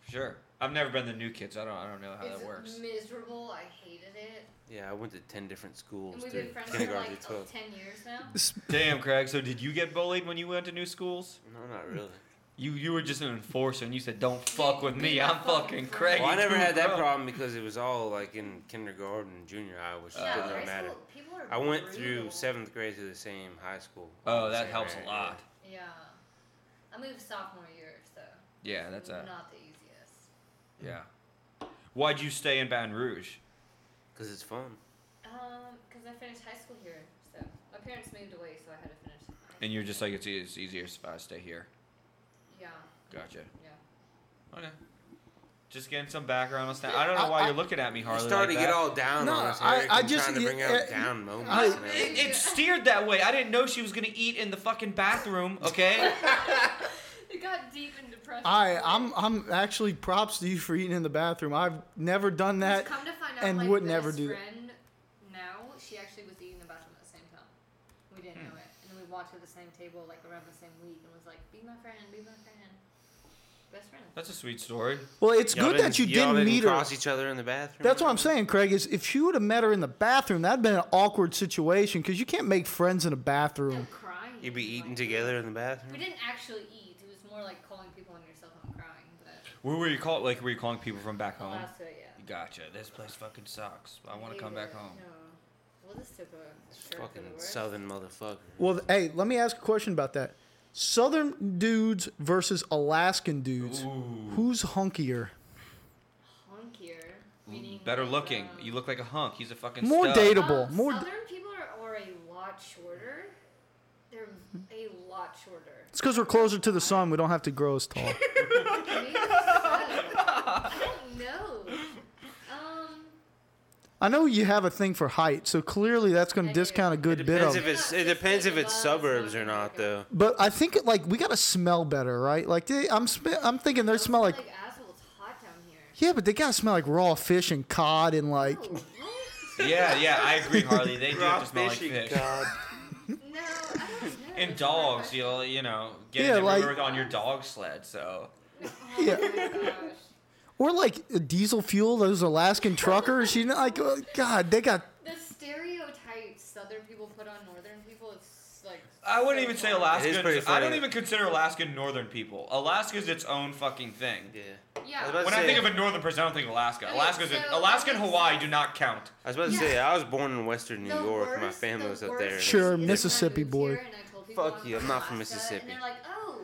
Sure. I've never been the new kids. I don't. I don't know how
it's
that works.
miserable. I hated it.
Yeah, I went to ten different schools.
And we've
through Uh,
been friends for
kindergarten
like
to 12.
10 years now.
Damn, Craig. So did you get bullied when you went to new schools?
No, not really.
You you were just an enforcer, and you said, "Don't fuck with me. I'm fucking Craig."
Well, I never had that
Bro.
problem because it was all like in kindergarten and junior high, which
yeah,
didn't really
high
matter.
school, people are
I went
brutal.
through seventh grade to the same high school.
Oh,
Same
that helps
area.
a lot.
Yeah. I moved sophomore year, so
Yeah, that's a
not the easiest.
yeah. Why'd you stay in Baton Rouge?
Cause it's fun.
Um, because I finished high school here, so my parents moved away, so I had to finish. high
And you're just like it's, e- it's easier if I stay here.
Yeah,
Gotcha.
yeah.
Okay. Just getting some background on Snap. I don't know why
I-
you're looking at me, Harley.
you started
like
to get
that.
all down
No,
on us.
I-
Eric.
I
I'm
just-
trying to bring
yeah,
out down moments.
I-
and everything.
It, it steered that way. I didn't know she was gonna eat in the fucking bathroom. Okay.
It got deep in depression.
I, I'm, I'm actually props to you for eating in the bathroom. I've never done that.
come to find out,
and
my
would
best
never do that.
friend now, she actually was eating in the bathroom at the same time. We didn't
Hmm.
know it, and then we walked to the same table like around the same week, and was like, "Be my friend, be my friend, best friend."
That's a sweet story.
Well, it's
Y'all
good that you
y'all
didn't, meet her.
cross each other in the bathroom.
That's what I'm saying, Craig. Is if you would have met her in the bathroom, that'd been an awkward situation because you can't make friends in a bathroom.
I'm crying.
You'd be eating
like-
together in the
We
bathroom.
didn't actually eat. It was more like calling people on your cell phone crying. But
Where were you call like were you calling people from back home?
Alaska, yeah.
Gotcha. This place fucking sucks. I want to
Hated
come back
it.
home.
No. Well, this took a shirt for
Fucking
the worst.
southern motherfucker.
Well, th- hey, let me ask a question about that. Southern dudes versus Alaskan dudes. Who's hunkier?
hunkier, meaning
Better
like,
looking.
um,
You look like a hunk. He's a fucking
More
stud.
data-
um,
Dateable, more d-
Southern people are, are a lot shorter. They're
Hmm.
a lot shorter.
It's because we're closer to the sun. We don't have to grow as tall.
Maybe so. I don't know. Um,
I know you have a thing for height, so clearly that's going to discount a good bit
Depends if
of.
it's it depends if it's suburbs or not though.
But I think like we gotta smell better, right? Like they, I'm, sm- I'm thinking they smell like. Yeah, but they gotta smell like raw fish and cod and like.
Yeah, yeah, I agree, Harley. They do have to smell like
Fishing,
fish.
God.
And dogs, you'll you know get
Yeah,
yeah,
like-
everywhere on your dog sled. So
Oh
Yeah. Or like diesel fuel, those Alaskan truckers. You know, like uh, God, they got.
The stereotypes southern people put on northern people is like.
I wouldn't even say
It is
Alaska.
pretty
I
funny.
don't even consider Alaska northern people. Alaska's its own fucking thing.
Yeah.
Yeah.
was about
When
to
I
say-
think of a northern person, I don't think of Alaska.
Okay,
Alaska's
so-
Alaska and Hawaii do not count.
I was about to
Yeah.
say I was born in Western New
The
York. My
worst-
family
the
was up
worst
there.
is
Sure,
when I moved
Mississippi
here
boy.
and I told people
Fuck
was
you,
from
I'm not from
Alaska,
Mississippi.
And they're like, oh,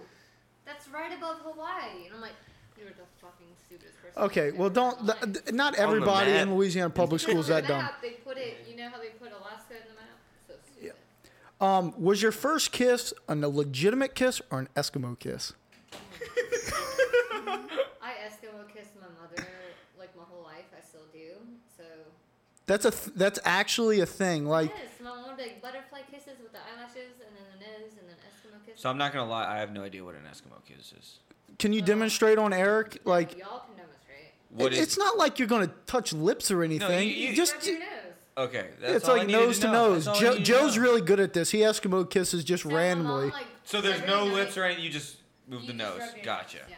that's right above Hawaii. And I'm like, you're the fucking stupidest person. I've
Okay,
ever
well,
met
don't.
in my life."
th- th- Not everybody in
map.
Louisiana public schools
On
that
the
dumb.
map, They put it, you know how they put Alaska in the map? So stupid.
Um, was your first kiss an legitimate kiss or an Eskimo kiss?
I Eskimo kissed my mother like my whole life. I still do. So
That's a. Th- that's actually a thing. Like,
yes, my mom would like butterfly kisses with the eyelashes and then the nose and then Eskimo kisses.
So I'm not gonna lie, I have no idea what an Eskimo kiss is.
can you demonstrate on Eric? Like,
y'all can demonstrate.
What
It-
is?
it's not like you're gonna touch lips or anything.
you-
You
you-
just
Rub your nose.
okay. That's
it's
all I
like
needed
nose to
know.
nose.
That's all I
Joe,
needed to
Joe's
know.
really good at this. He Eskimo kisses just
No, my mom,
randomly.
like,
So there's
every
no
night-
lips or anything. You just move
You
the
just
nose.
rub your
Gotcha.
nose, Yeah.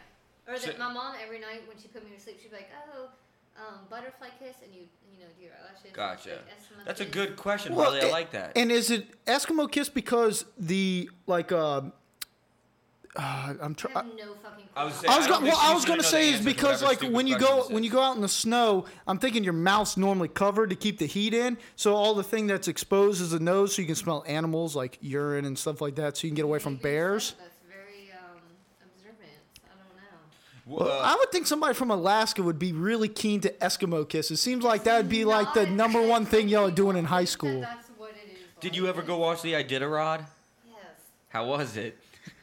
Or
So-
that my mom every night when she put me to sleep, she'd be like, "Oh, um, butterfly kiss," and you you know do your eyelashes. and
Gotcha.
like Eskimo
That's a
kiss.
good question,
Well,
Harley. I
it-
like that.
And is it Eskimo kiss because the like uh, uh I'm
I have
trying.
no fucking. Clue.
I was saying-
I was
I don't
gonna,
think
well, I
she's gonna
was gonna
know the
say is
answer to
because
whatever
like
stupid
when you
question
go
this
when
is.
you go out in the snow, I'm thinking your mouth's normally covered to keep the heat in, so all the thing that's exposed is the nose, so you can smell animals like urine and stuff like that, so you can get away from
Like your
bears.
son, That's very um, observant. I don't know.
Well, uh,
I would think somebody from Alaska would be really keen to Eskimo kiss. It seems like that would be like the
Not-
number one thing y'all are doing in high
That
school.
That's what it is.
did
like.
you ever go watch the Iditarod?
Yes.
How was it?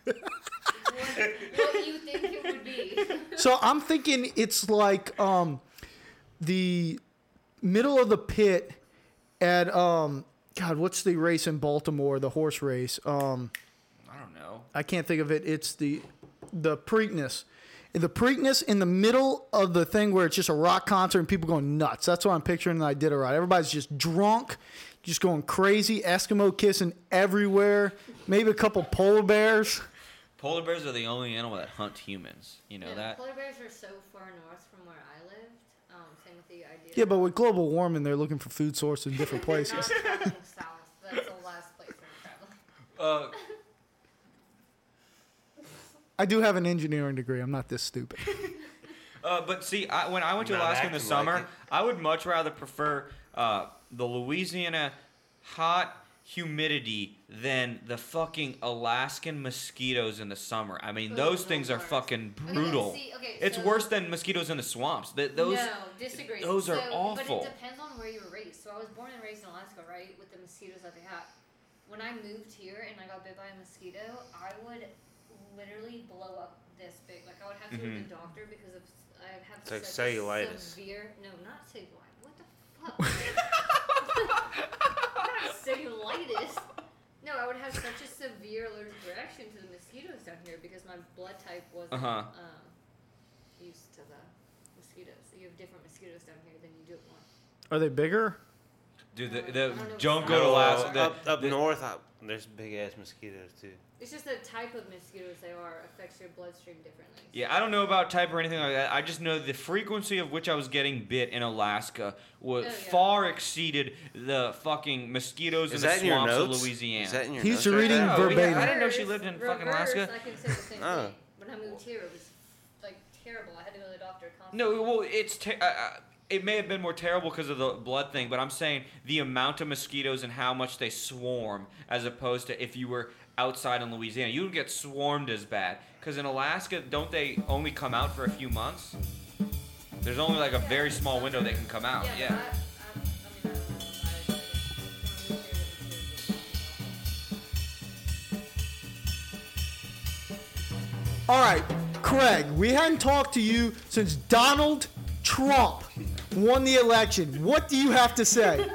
What you think it would be?
So I'm thinking it's like um, the middle of the pit at um, God, what's the race in Baltimore? The horse race. Um,
I don't know.
I can't think of it. It's the the Preakness. The Preakness in the middle of the thing where it's just a rock concert and people going nuts. That's what I'm picturing. And I did it right. Everybody's just drunk, just going crazy. Eskimo kissing everywhere. Maybe a couple polar bears.
Polar bears are the only animal that hunt humans. You know
Yeah,
that?
Polar bears are so far north from where I lived. Um, same with the idea.
Yeah, but with global warming, they're looking for food sources in different places.
south. That's the last place I'm traveling.
Uh,
I do have an engineering degree. I'm not this stupid.
uh, but see, I, when I went to
Not
Alaska in the
acting like
summer,
it.
I would much rather prefer uh, the Louisiana hot humidity than the fucking Alaskan mosquitoes in the summer. I mean,
Those
those
are
things are
worse.
fucking
Okay,
brutal.
see, okay,
it's
so-
worse than mosquitoes in the swamps. Th- those
no, disagree.
those are
so,
awful.
But it depends on where you were raised. So I was born and raised in Alaska, right, with the mosquitoes that they have. When I moved here and I got bit by a mosquito, I would literally blow up this big. Like I would have to go to
Mm-hmm.
the doctor because of I have
It's like
such
cellulitis.
A severe. No, not cellulitis. What the fuck? Not cellulitis. No, I would have such a severe allergic reaction to the mosquitoes down here because my blood type wasn't
Uh-huh.
um, used to the mosquitoes. You have different mosquitoes down here than you do at one.
Are they bigger?
Dude, the,
I
the,
don't know.
don't go
No,
to Alaska.
uh,
The-
up up
the-
north, I, there's big ass mosquitoes too.
It's just the type of mosquitoes they are affects your bloodstream differently.
Yeah, I don't know about type or anything like that. I just know the frequency of which I was getting bit in Alaska was
Oh, yeah.
far exceeded the fucking mosquitoes
Is
in the
that in your
swamps of
notes?
Louisiana.
Is that in your
He's
notes right
reading
now?
Oh, yeah,
verbatim.
I didn't know she lived in
Reverse,
fucking Alaska.
I can say the same
Oh.
thing. When I moved here, it was like terrible. I had to go to the doctor constantly.
No, well, it's ter- uh, uh, it may have been more terrible because of the blood thing, but I'm saying the amount of mosquitoes and how much they swarm, as opposed to if you were outside in Louisiana, you would get swarmed as bad. Because in Alaska, don't they only come out for a few months? There's only like a very small window they can come out. Yeah.
yeah. I, I, I mean, I don't know. I, I, when I moved here, it was terrible.
All right, Craig, we hadn't talked to you since Donald Trump. won the election. What do you have to say?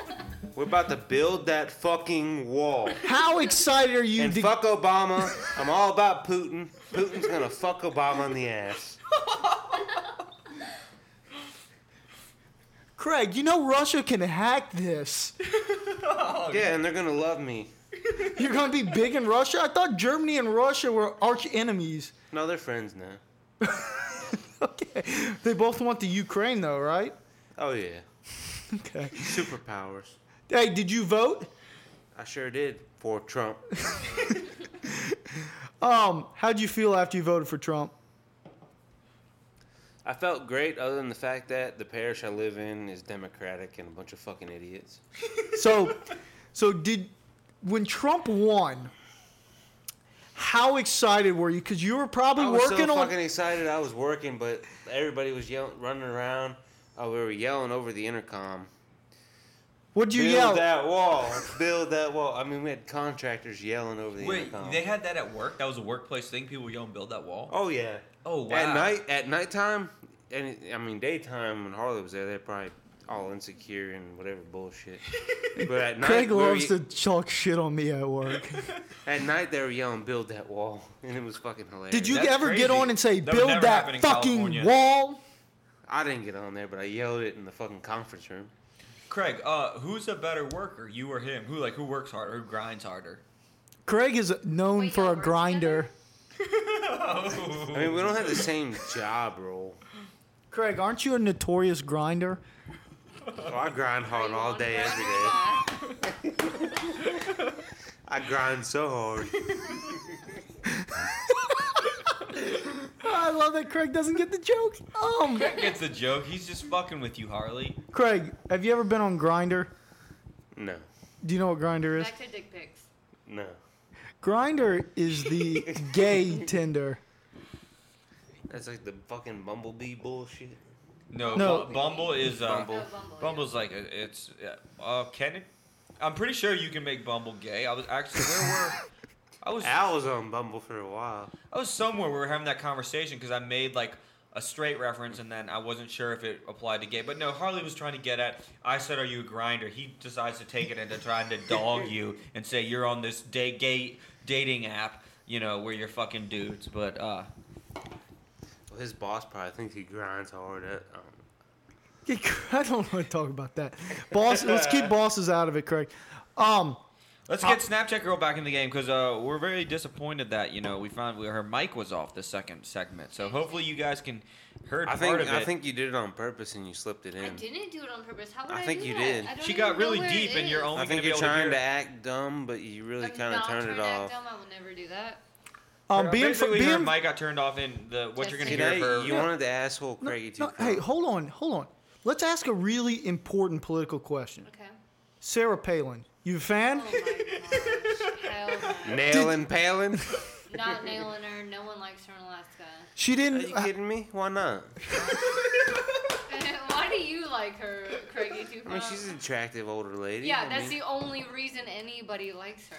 We're about to build that fucking wall.
How excited are you?
And
to-
fuck Obama. I'm all about Putin. Putin's gonna fuck Obama in the ass.
Craig, you know Russia can hack this.
Oh,
Yeah, and they're gonna love me.
You're going to be big in Russia? I thought Germany and Russia were arch enemies.
No, they're friends now.
Okay. They both want the Ukraine, though, right?
Oh yeah,
Okay.
superpowers.
Hey, did you vote?
I sure did for Trump.
Um, how'd you feel after you voted for Trump?
I felt great, other than the fact that the parish I live in is democratic and a bunch of fucking idiots.
So, so did when Trump won? How excited were you? Because you were probably
I was
working
so
on.
fucking excited. I was working, but everybody was yelling, running around. Oh, we were yelling over the intercom.
What'd you
build
yell?
that wall. build that wall. I mean, we had contractors yelling over the
Wait,
intercom.
they had that at work? That was a workplace thing? People yell and build that wall?
oh yeah.
Oh, wow.
At night, at nighttime, and it- I mean daytime when Harley was there, they're probably all insecure and whatever bullshit. but at night,
Craig
we were
loves
ye-
to talk shit on me at work.
At night, they were yelling, "Build that wall," and it was fucking hilarious.
Did you ever get on and say,
That would
"Build
never happen
that
in
fucking
California."
wall"?
I didn't get on there, but I yelled it in the fucking conference room.
Craig, uh, who's a better worker, you or him? Who like who works harder, who grinds harder?
Craig is known for a grinder.
I mean, we don't have the same job role.
Craig, aren't you a notorious grinder?
Oh, I grind hard all day, every day. I grind so hard.
I love that Craig doesn't get the joke. Um,
Craig gets the joke. He's just fucking with you, Harley.
Craig, have you ever been on Grinder?
No,
Do you know what Grinder is?
Back to dick pics.
no.
Grinder is the gay Tinder.
That's like the fucking bumblebee bullshit.
No,
No.
Bu- Bumble is uh,
Bumble.
Oh, Bumble, yeah.
Bumble's like a, it's. Uh, uh, can it? I'm pretty sure you can make Bumble gay. I was actually where were I was
Al was on Bumble for a while.
I was somewhere we were having that conversation because I made like a straight reference and then I wasn't sure if it applied to gay. But no, Harley was trying to get at. I said, "Are you a grinder?" He decides to take it into trying to dog you and say you're on this day gay dating app, you know, where you're fucking dudes. But uh,
Well, his boss probably thinks he grinds hard. At, um,
I don't want to talk about that. Boss, let's keep bosses out of it, Craig. Um,
Let's get Snapchat Girl back in the game because uh, we're very disappointed that you know we found we, her mic was off the second segment. So hopefully you guys can heard
I
part
think
of it.
I think you did it on purpose and you slipped it in.
I didn't do it on purpose. How would
I
I,
think
do
you
that?
did.
I don't
she
even
got
know
really
where
deep,
it
and you're
is.
only
I think
gonna
you're
be able
trying to
to hear.
act dumb, but you really
I'm
kind of
not
turned
trying
it
to act
off.
dumb. I will never do that.
um,
Her-
being from
Uh, basically her
being,
mic got turned off, and the what you're gonna
Testing.
hear
Today,
of her.
you wanted to asshole Craigie too.
no, hey, hold on, hold on. Let's ask a really important political question.
Okay.
Sarah Palin, you a fan?
Oh my gosh. Hell no.
Nailing Palin?
Not nailing her. No one likes her in Alaska.
She
Are
didn't. uh,
you
Uh,
kidding me? Why not?
Why do you like her, Craigie Two
I mean, she's an attractive older lady.
uh, Yeah,
I
that's
mean,
the only reason anybody likes her.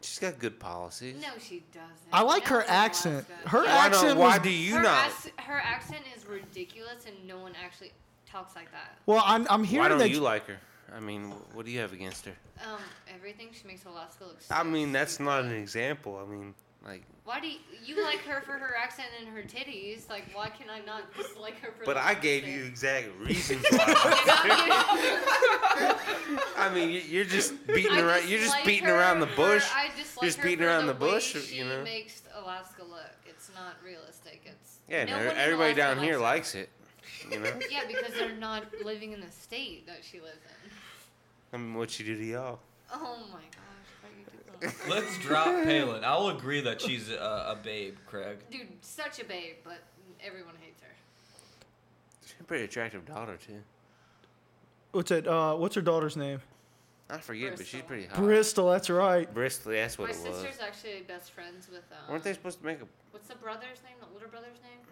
She's got good policies.
No, she doesn't.
I like her
Nobody
accent.
likes
Her
Why,
accent
not, why
was.
do you
her,
not?
ac- her accent is ridiculous, and no one actually talks like that.
well, I'm, I'm
Why
hearing
don't
that.
you like her? I mean, wh- what do you have against her?
Um, everything she makes Alaska look. So
I mean, that's
stupid.
not an example. I mean, like,
Why do you, you like her for her accent and her titties? Like, why can I not dislike her for?
but
the
I gave you
accent?
exact reasons. why. I mean, you- you're just beating
I
around. You're just
dislike
beating
her
around the
for-
bush.
I dislike
You're just
her
beating
for
around the
way
bush,
She
you know?
makes Alaska look. It's not realistic. It's
Yeah, and
no
e-
one in
everybody
Alaska
down here
her.
likes it. You know,
Yeah, because they're not living in the state that she lives in.
I mean, what you do to y'all?
Oh my gosh, why you do that?
Let's drop Palin. I'll agree that she's a, a babe, Craig.
Dude, such a babe, but everyone hates her.
She's a pretty attractive daughter too.
What's it? Uh, what's her daughter's name?
I forget, but she's
Bristol.
pretty hot.
Bristol. That's right.
Bristol, that's what
My
it was.
sister's actually best friends with. Um,
Weren't they supposed to make a?
What's the brother's name? The older brother's name?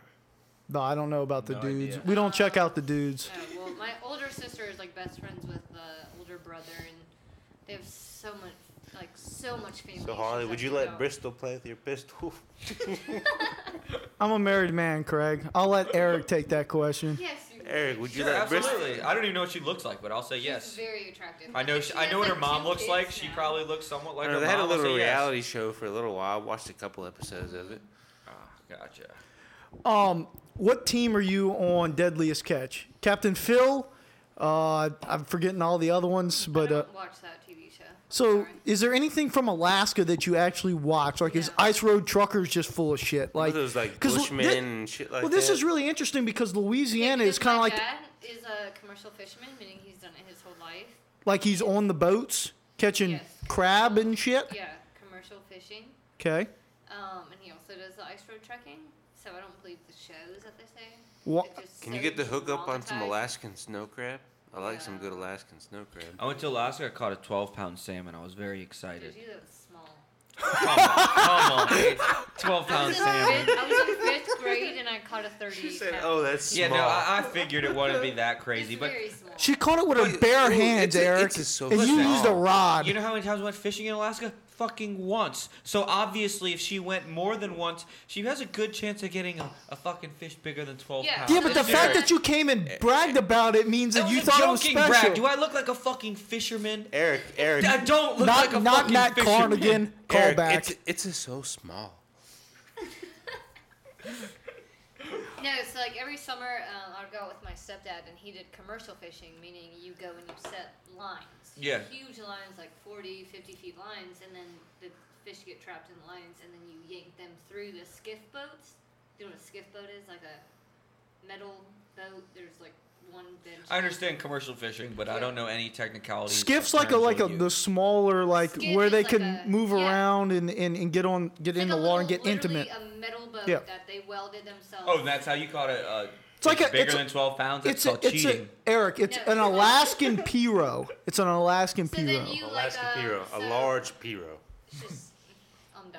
No, I don't know about the
No
dudes.
idea.
We don't check out the dudes.
No, well, my older sister is like best friends with the older brother, and they have so much, like so much family.
So
issues
Harley,
that
would you
they
let
don't-
Bristol play with your pistol?
I'm a married man, Craig. I'll let Eric take that question.
Yes, you
Eric, would you
Sure,
let Bristol?
absolutely. I don't even know what she looks like, but I'll say yes.
Very attractive.
I know.
think
She,
she
I
has,
know what her
like,
mom
two
looks
kids
like.
now.
She probably looks somewhat
I
like her
don't know, they had
mom.
a
I'll
little
say yes.
reality show for a little while. I watched a couple episodes of it.
Ah, gotcha.
Um, what team are you on Deadliest Catch? Captain Phil. Uh, I'm forgetting all the other ones, but uh,
Watch that TV show.
so is there anything from Alaska that you actually watch? Like, is Ice Road Truckers just full of shit?
Like
Like,
those like
'cause l-
Bushmen
thi-
and shit like
well, this
that.
is really interesting because Louisiana is kind of
My
like
dad is a commercial fisherman, meaning he's done it his whole life.
like he's on the boats catching crab and shit.
Yeah, commercial fishing.
Okay.
Um, and he also does the ice road trekking. So I don't believe the shows that they say.
Wha-
Can you get the hook up on some Alaskan snow crab? I like some good Alaskan snow crab.
I went to Alaska. I caught a 12 pound salmon. I was very excited.
Dude, that was small.
Come on, come on, dude. 12 pound salmon.
I was in fifth grade and I caught a 30. She said,
"Oh, that's
Yeah, no,
small."
I, I figured it wouldn't be that crazy, but
She caught it with her bare hands, Eric, and you used a rod.
You know how many times I went fishing in Alaska? Fucking once. So obviously, if she went more than once, she has a good chance of getting a, a fucking fish bigger than 12
Yeah.
pounds.
yeah, but the fact that you came and bragged about it means that, you thought it was
Joking,
special.
Brad, do I look like a fucking fisherman?
Eric, Eric.
I don't look
Not-
like a
not
fucking
Matt
fisherman.
Carnigan.
Eric,
Callback.
It's, it's a so small.
No, so like every summer, um, I would go out with my stepdad, and he did commercial fishing, meaning you go and you set lines.
Yeah.
Huge lines, like 40, 50 feet lines, and then the fish get trapped in the lines, and then you yank them through the skiff boats. Do you know what a skiff boat is? Like a metal boat. There's like one bench.
I understand commercial fishing, but I don't know any technicalities.
Skiff's
or
like a
terms
like a
you'll
the smaller like
Skiff
where
is
they
like
can
a-
move around and, and, and get on get in the water and get
Literally
intimate.
a metal boat
Yeah.
that they welded themselves.
Oh, and that's how you caught a. a
It's like a-
bigger
it's a-
than 12 pounds. That's
It's a,
called
it's a,
cheating.
Eric. It's an Alaskan piro. It's an Alaskan piro.
Alaskan
uh,
piro, a large piro.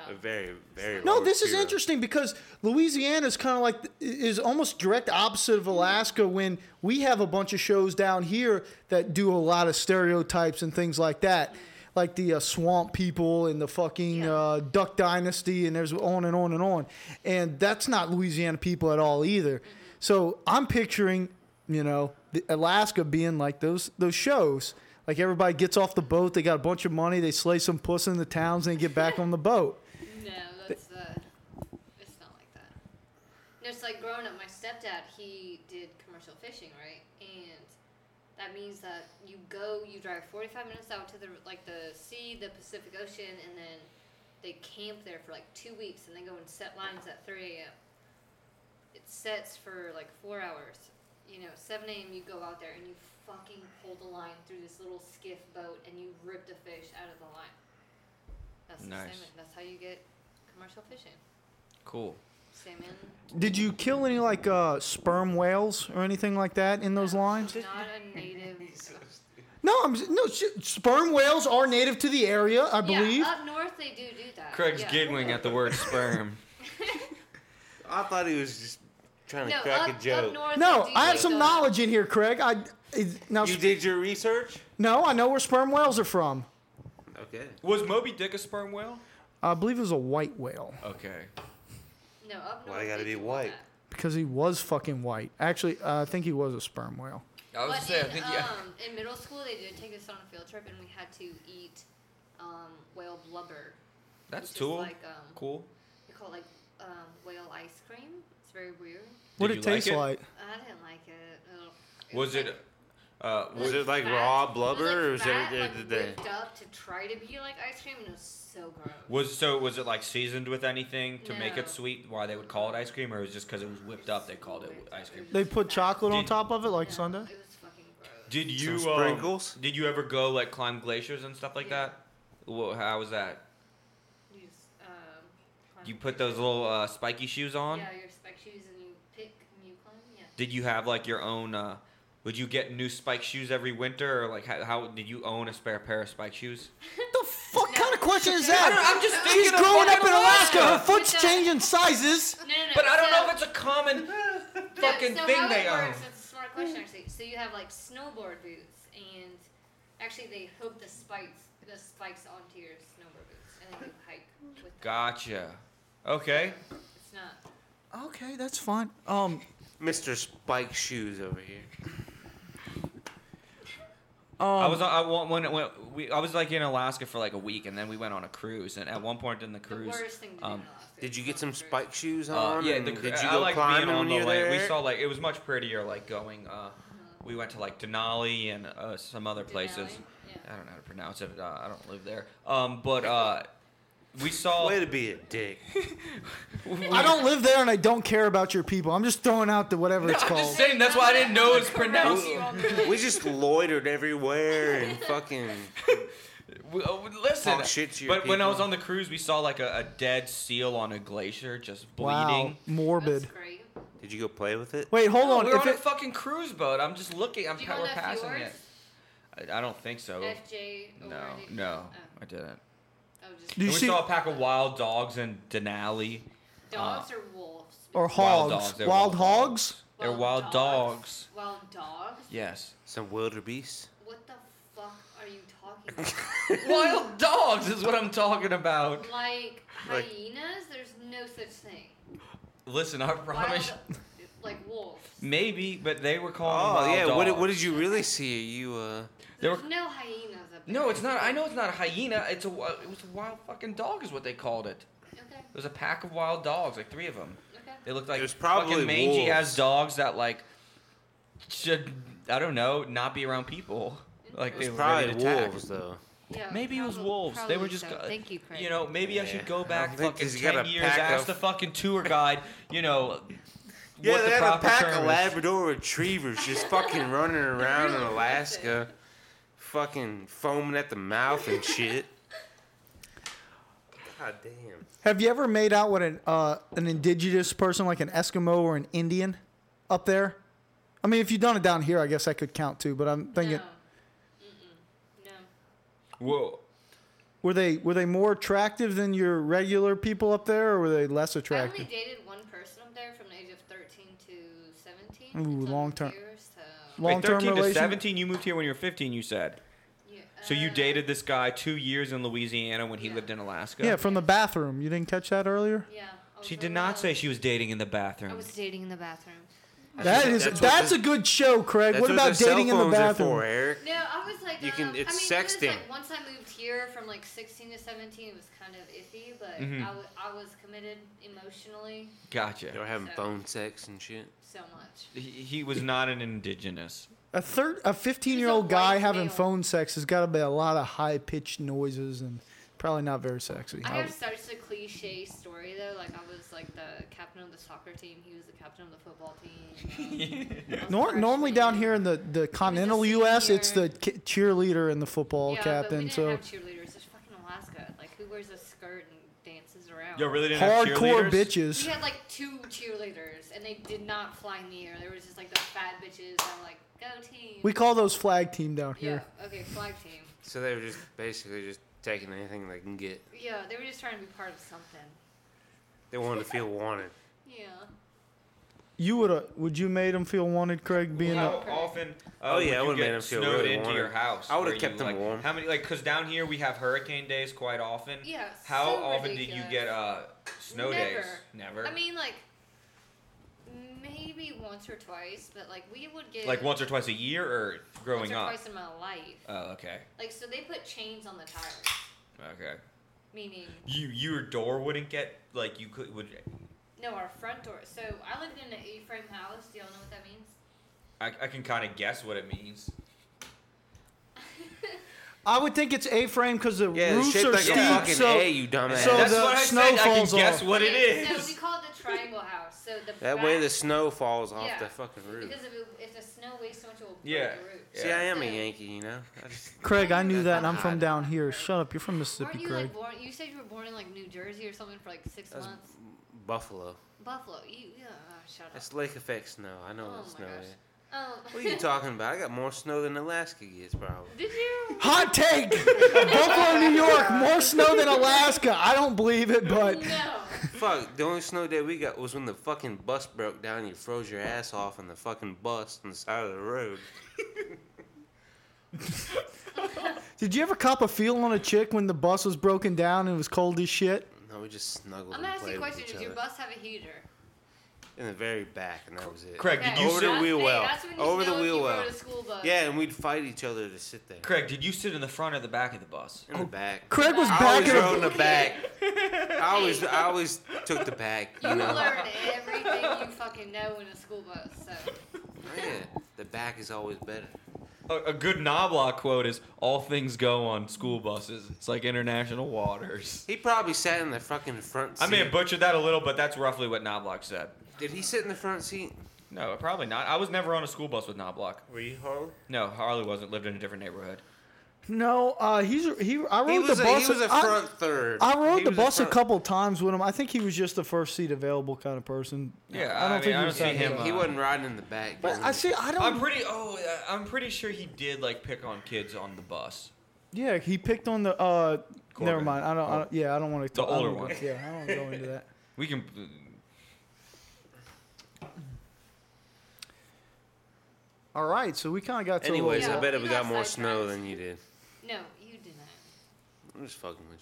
A very, very.
No,
large
this is
piro.
interesting because Louisiana is kind of like is almost direct opposite of Alaska when we have a bunch of shows down here that do a lot of stereotypes and things like that. Like the uh, swamp people and the fucking uh, Duck Dynasty, and there's on and on and on. And that's not Louisiana people at all either. So I'm picturing, you know, the Alaska being like those those shows. Like everybody gets off the boat, they got a bunch of money, they slay some puss in the towns, and they get back on the boat.
No, that's uh, it's not like that. No, it's like growing up. My stepdad, he did commercial fishing, right? And that means that you go, you drive forty-five minutes out to the like the sea, the Pacific Ocean, and then they camp there for like two weeks, and they go and set lines at three a.m. It sets for like four hours. You know, seven a.m. You go out there and you fucking pull the line through this little skiff boat, and you rip the fish out of the line. That's the
Nice.
salmon. That's how you get commercial fishing.
Cool.
Salmon.
Did you kill any like uh, sperm whales or anything like that in those lines?
Not a native.
No, I'm no sh- sperm whales are native to the area, I believe.
uh,
Yeah, up north they do do that.
Craig's
yeah.
giggling at the word sperm.
I thought he was just trying to
No,
crack
up-
a joke.
up north
no,
they do
I have
do
some
those.
knowledge in here, Craig. I is- now
You did your research?
no, I know where sperm whales are from.
Okay.
Was Moby Dick a sperm whale?
I believe it was a white whale
Okay.
No, up north.
Why I gotta be white?
because he was fucking white. Actually, uh, I think he was a sperm whale.
I was
But
gonna say, I
in,
think,
um,
yeah.
in middle school they did take us on a field trip and we had to eat um, whale blubber.
That's
which is
cool.
Like, um,
cool.
They call it like um, whale ice cream. It's very weird.
What
Did
it
you like
tastes
it?
like?
I didn't like it. Ugh.
Was it? Uh,
Was
was
it like
fat.
raw
it
blubber or
was
was
like, fat,
it?
like,
did they-
whipped up to try to be like ice cream and it was so gross.
was so? Was it like seasoned with anything to make
No.
it sweet? Why they would call it ice cream, or was it just because it was whipped up? They called it ice cream.
They put chocolate on top of it like Sunday.
Did you
Some sprinkles?
Um, did you ever go like climb glaciers and stuff like that? Wha how was that?
You just, um,
You put those little uh, spiky shoes on.
Yeah, your spec shoes and you pick and you climb. Yeah.
Did you have like your own? Uh, would you get new spike shoes every winter, or like how, how did you own a spare pair of spike shoes?
What kind of question is
I don't know,
that?
I'm just
She's
thinking of
growing up
fucking
in Alaska. Her
Alaska.
foot's changing sizes.
uh, No, no, no.
uh, But I don't know if it's
so-
a common fucking
so, so
thing
how
they
it
own.
works, It's a smart question actually. So you have like snowboard boots and actually they hook the spikes the spikes onto your snowboard boots and then you hike with them.
Gotcha. Okay.
It's not.
Okay, that's fine. Um,
Mr. Spike Shoes over here.
I
Um,
was uh, I wa- when, when we I was like in Alaska for like a week, and then we went on a cruise, and at one point in the cruise,
worst thing to do
um,
did you get some spike shoes
Uh,
on?
yeah,
and
the, cru-
did you
I
go
like
climbing
being on
when
the
you were
lake. We
there?
saw like it was much prettier like going. Uh,
Mm-hmm.
we went to like Denali and uh, some other places. I don't know how to pronounce it. Uh, I don't live there. Um, but uh, we saw. Way
to be a dick.
I don't live there and I don't care about your people. I'm just throwing out the whatever it's
I'm
called.
just saying. That's why I didn't know it's pronounced.
We- we just loitered everywhere and fucking.
We- uh, we- Listen,
Talk shit to your
but when I was
people.
on the cruise, we saw like a, a dead seal on a glacier just bleeding.
wow, morbid.
Did you go play with it?
Wait, hold
No,
on.
We were
If
on a
it,
fucking cruise boat. I'm just looking. I'm
Did you
pa-
go
we're
on that
passing
fjord?
it. I, I don't think so.
FJ.
No,
O'Reilly?
no,
Oh.
I didn't.
Oh, just
And we saw a pack of wild dogs in Denali.
dogs
Uh,
or wolves?
or
Wild dogs,
hogs. Wild,
they're wild
hogs?
They're wild dogs.
Wild dogs?
Yes.
Some wildebeest.
What the fuck are you talking
wild dogs is what I'm talking about.
about? like
Like-
hyenas? There's no such thing.
Listen, I promise.
Wild, like wolves.
Maybe, but they were calling.
Oh
them wild
yeah, what, did-
dogs.
what did you really see? You uh.
They were-
There's no hyenas up there.
No, it's not. I know it's not a hyena. It's a. wi- It was a wild fucking dog, is what they called it.
Okay.
It was a pack of wild dogs, like three of them.
Okay.
They looked like
probably
fucking mangy
wolves.
ass dogs that like should I don't know not be around people. Like
It's
they were ready
probably
to attack.
wolves though.
Yeah,
maybe it was
probably-
wolves. They were
Oh, probably
just.
so.
go-
Thank you, Craig.
You know, maybe I should
Yeah,
go
I
back
don't think
fucking
he's got
ten
a
years,
pack
ask
of-
the fucking tour guide. You know.
Yeah,
what
they
the
had a
proper
pack
term
of
is.
Labrador retrievers just fucking running around in Alaska, fucking foaming at the mouth and shit. God damn.
Have you ever made out with an uh, an indigenous person like an Eskimo or an Indian up there? I mean, if you've done it down here, I guess that could count too. But I'm thinking,
Whoa.
were they were they more attractive than your regular people up there, or were they less
I only
attractive?
dated one person up there from the age of 13 to 17.
Ooh,
It's
long
over
term-
years, so-
Wait,
Long term
13 to
relation.
17, you moved here when you were 15, you said. So
Uh,
you dated this guy two years in Louisiana when he lived in Alaska?
Yeah, from the bathroom. You didn't catch that earlier.
Yeah. I was
She did
really
not
young.
say she was dating in the bathroom.
I was dating in the bathroom.
That is that's,
that's what
a good show, Craig.
That's
What about
their cell
dating in the
phones are
bathroom?
for, Eric.
No, I was like,
You can-
um,
it's
I mean, it was,
sexting.
like once I moved here from like 16 to 17, it was kind of iffy, but
Mhm.
Mm-hmm.
I, w- I was committed emotionally
Gotcha.
They were having
So-
phone sex and shit.
so much.
He, he was not an indigenous.
Oh.
A third, a fifteen-year-old guy having phone sex has got to be a lot of high-pitched noises and probably not very sexy.
I
I
have
would-
such a cliche story though. Like I was like the captain of the soccer team. He was the captain of the football team. um, I was
Nor- normally down here in the, the continental U.S., it's the ki- cheerleader and the football
yeah, but we
captain.
didn't
So
have cheerleaders. It's fucking Alaska. Like who wears a skirt and dances around?
Yo, really didn't have
hardcore
cheerleaders?
bitches.
We had like two cheerleaders, and they did not fly in the air. There was just like the fat bitches that were like, "Go team."
We call those flag team down
yeah.
here.
Okay, flag team.
So they were just basically just taking anything they can get.
Yeah, they were just trying to be part of something.
They wanted to feel wanted.
Yeah.
You would have? Would you made them feel wanted, Craig? Being
How
a,
often? Uh,
Oh, yeah, I
would
would've
you
made
get
him feel
snowed
really
into
warm.
your house.
I would've
Where you,
kept him
like-
warm.
How many? Like, cause down here we have hurricane days quite often.
Yeah,
How
so
often
ridiculous.
do you get uh, snow
Never.
days? Never.
I mean, like maybe once or twice, but like we would get
like once or twice a year, or
once
growing
or
up.
twice in my life.
Oh, okay.
Like so, they put chains on the tires,
Okay.
meaning
You your door wouldn't get like you could would.
no, our front door. So I lived in an A-frame house. Do y'all know what that means?
I, I can kind of guess what it means.
I would think it's A-frame because the
Yeah, it's
roofs
shaped
are
like
steep.
a fucking
so
A, you dumbass.
so
That's
the
what I
snow
said. I can
falls
guess
off.
what it
Okay, So
is.
we call it the triangle house. So the
That
back,
way the snow falls off
yeah,
the fucking roof.
Because if, it, if the snow weighs so much, it will break
Yeah.
the roof.
See, I am a Yankee, you know. I just,
Craig, I knew that, and I'm from
God.
down here. Shut up, you're from Mississippi,
Weren't you
Craig.
like born? You said you were born in like New Jersey or something for like six
That's-
months.
Buffalo.
Buffalo. You yeah. Oh, shut up.
That's lake effect snow. I know
Oh
what
my
snow
gosh.
is.
Um,
What are you talking about? I got more snow than Alaska gets, probably.
Did you?
Hot take. Buffalo, New York, more snow than Alaska. I don't believe it, but
No.
Fuck, the only snow day we got was when the fucking bus broke down and you froze your ass off on the fucking bus on the side of the road.
did you ever cop a feel on a chick when the bus was broken down and it was cold as shit?
No, we just snuggled and
I'm gonna ask
played
you a
with
question.
each
Does your
other.
bus have a heater?
in the very back, and that was it.
Craig, did you
over
sit-
the wheel
Hey,
well?
that's when you
Over
know
the
if
wheel
you rode
well.
a school bus.
Yeah, and we'd fight each other to sit there.
Craig, did you sit in the front or the back of the bus?
In the back.
Craig was
I
back
always
in a-
rode in the back. I always, I always took the back. You,
You
know,
learn everything you fucking know in a school bus. So
Yeah, the back is always better.
A, a good Knobloch quote is all things go on school buses. It's like international waters.
He probably sat in the fucking front seat.
I may have butchered that a little, but that's roughly what Knobloch said.
Did he sit in the front seat?
No, probably not. I was never on a school bus with Knobloch.
Were you Harley?
No, Harley wasn't. Lived in a different neighborhood.
No, uh, he's he. I rode
He was
the
a- he
bus.
was a
I-
front third.
I rode
He
the
was a
bus a,
front-
couple times with him. I think he was just the first seat available kind of person. I don't think he was that bad.
He wasn't riding in the back.
But I see. I don't.
I'm pretty. Oh, uh, I'm pretty sure he did like pick on kids on the bus.
yeah, he picked on the. uh Never
Corbin.
mind. I don't. I
Oh.
don't yeah, I don't want to.
The older
I don't,
one.
go- Yeah, I don't wanna go into that.
We can.
All right, so we kind of got to. a little-
Anyways, I bet we got more snow than you did.
no, you did not.
I'm just fucking with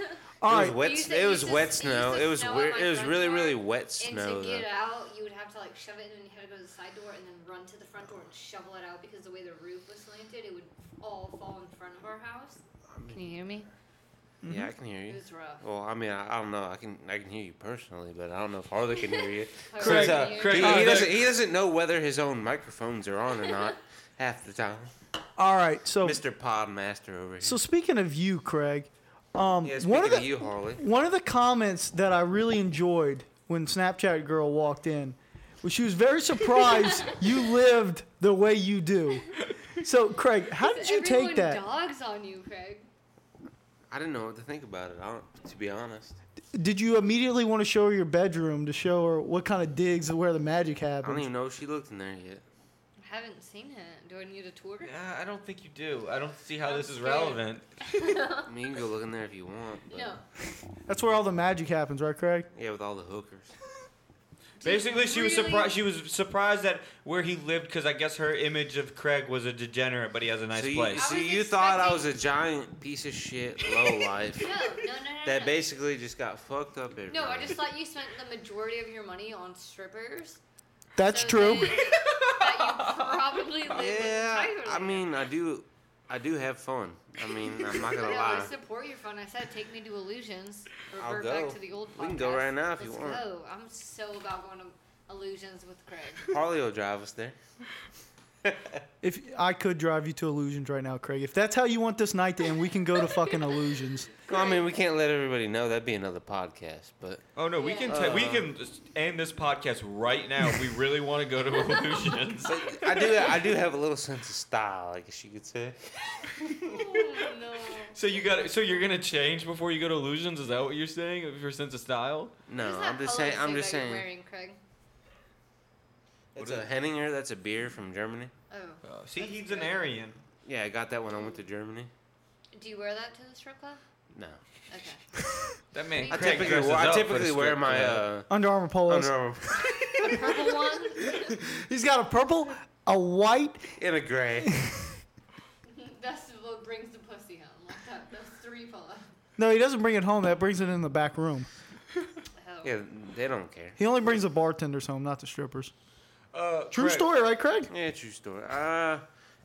you.
All
it was
right.
wet.
You used to-
it
you
was
used to-
wet
you used
snow.
to
It was
snow on
weird.
my
It was
front
really,
door,
really wet snow.
And to get
though.
it out, you would have to like shove it in, and you had to go to the side door, and then run to the front door and shovel it out because the way the roof was slanted, it would all fall in front of our house. Can you hear me?
Yeah, I can hear you.
It was rough.
Well, I mean, I, I don't know. I can I can hear you personally, but I don't know if Harley can hear you.
Harley
Since,
can
uh,
hear
he,
you.
he
Uh,
doesn't he doesn't know whether his own microphones are on or not half the time.
All right. So
Mr. Podmaster over here.
Oh. So speaking of you, Craig, um,
Yeah,
one
speaking
of the
of you, Harley.
one of the comments that I really enjoyed when Snapchat girl walked in was she was very surprised you lived the way you do. So Craig, how did you
Everyone
take that?
dogs on you, Craig.
I didn't know what to think about it. I don't, to be honest,
Did you immediately want to show her your bedroom to show her what kind of digs and where the magic
I don't
happens?
even know if she looked in there yet.
I haven't seen it. Do I need a tour?
Yeah, uh, I don't think you do. I don't see how this is relevant.
I mean, you can go look in there if you want. But
Oh. No.
That's where all the magic happens, right, Craig?
Yeah, with all the hookers.
Basically, she was
Really?
surprised. She was surprised that where he lived, because I guess her image of Craig was a degenerate, but he has a nice
so you,
place.
so you thought I was a giant piece of shit, low life,
No, no, no, no.
that
no.
basically just got fucked up every
No, I
night.
just thought you spent the majority of your money on strippers.
That's
so
true.
then That you probably live
Yeah,
with
I mean, I do, I do have fun. I mean, I'm not
No,
gonna
I
lie.
support your fun. I said take me to Illusions.
I'll
Revert
go.
back to the old podcast.
We can go right now if you
Let's
want.
Go. I'm so about going to Illusions with Craig.
Harley will drive us there.
If I could drive you to illusions right now, Craig, if that's how you want this night to end, we can go to fucking illusions.
Well, I mean, we can't let everybody know. That'd be another podcast. But
Oh no, we can ta- we can just end this podcast right now if we really want to go to illusions.
I do, I do have a little sense of style, I guess you could say.
so you got so you're gonna change before you go to illusions? Is that what you're saying? Of Your sense of style?
No,
What's that
I'm just
color
saying. I'm
suit
just
that you're
saying.
Wearing Craig.
It's a Henninger. That's a beer from Germany.
Oh.
Oh, see, he's an Aryan.
Yeah, I got that when I went to Germany.
Do you wear that to the strip club?
No,
Okay.
That man.
I
Craig
typically,
dresses
well, I
up for
typically
the
wear
strip
my
club.
uh,
Under Armour polos.
Under Armour
Purple one.
He's got a purple, a white,
in a gray.
That's what brings the pussy home. Like that. Those three pull up.
No, he doesn't bring it home. That brings it in the back room.
Yeah, they don't care.
He only brings the bartenders home, not the strippers.
Uh,
True
Craig,
story, right, Craig?
Yeah, true story. Uh,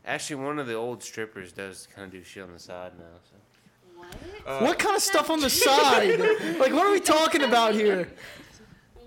actually, one of the old strippers does kind of do shit on the side now. So.
What?
Uh,
what kind of stuff on the side? like, what are we talking about here?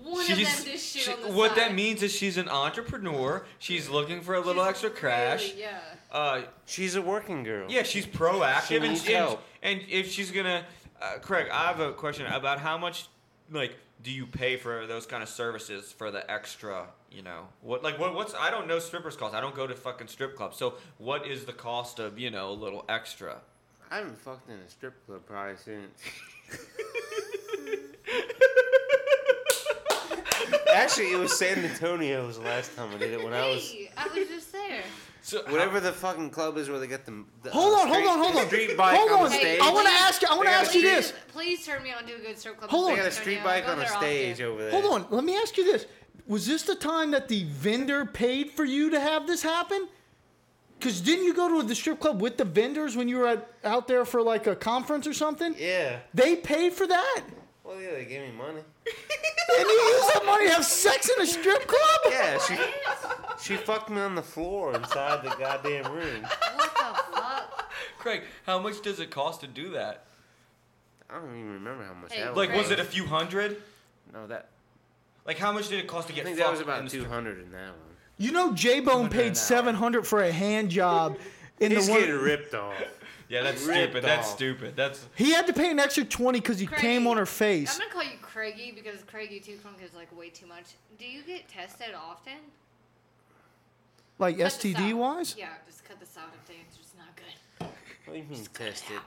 One of
She's,
them does shit
she-
on the
what
side.
that means is she's an entrepreneur. She's looking for a little
She's
extra
really-
cash.
yeah.
Uh,
She's a working girl.
yeah, she's proactive
She
and,
needs
and,
help.
and if she's gonna, uh, Craig, I have a question about how much like do you pay for those kind of services for the extra? You know what? Like what? What's I don't know strippers cost. I don't go to fucking strip clubs. So what is the cost of you know a little extra?
I haven't fucked in a strip club probably since. Actually, it was San Antonio was the last time I did it when I was
Hey, I was just there.
So
whatever the fucking club is where they get the, the
Hold
uh,
on, hold
street-
on, hold on.
street bike
Hold
on,
on.
the stage.
I want to ask you. I want to ask you this.
Please turn me on to a good strip club.
Hold
They
on.
got a street bike on a stage over there.
Hold on. Let me ask you this. Was this the time that the vendor paid for you to have this happen? Cause didn't you go to the strip club with the vendors when you were at, out there for like a conference or something?
Yeah.
They paid for that.
Well, yeah, they gave me money.
And you use that money to have sex in a strip club?
Yeah, she she fucked me on the floor inside the goddamn room.
Craig, how much does it cost to do that?
I don't even remember how much
Hey,
that was.
Like, was it a few hundred?
No, that.
Like, how much did it cost to get
I think that was
fucked in
about
the
two hundred in that one.
You know, J Bone paid seven hundred for a hand job. In
He's
the one,
getting ripped off.
Yeah, that's
Ripped
stupid. That's
off.
stupid. That's
He had to pay an extra twenty because he came on her face.
I'm gonna call you Craigie because Craigie Two Crunk is like way too much. Do you get tested often?
Like
Cut this
STD
out.
wise,
Yeah, just cut this out if the answer's not good.
What do you mean tested?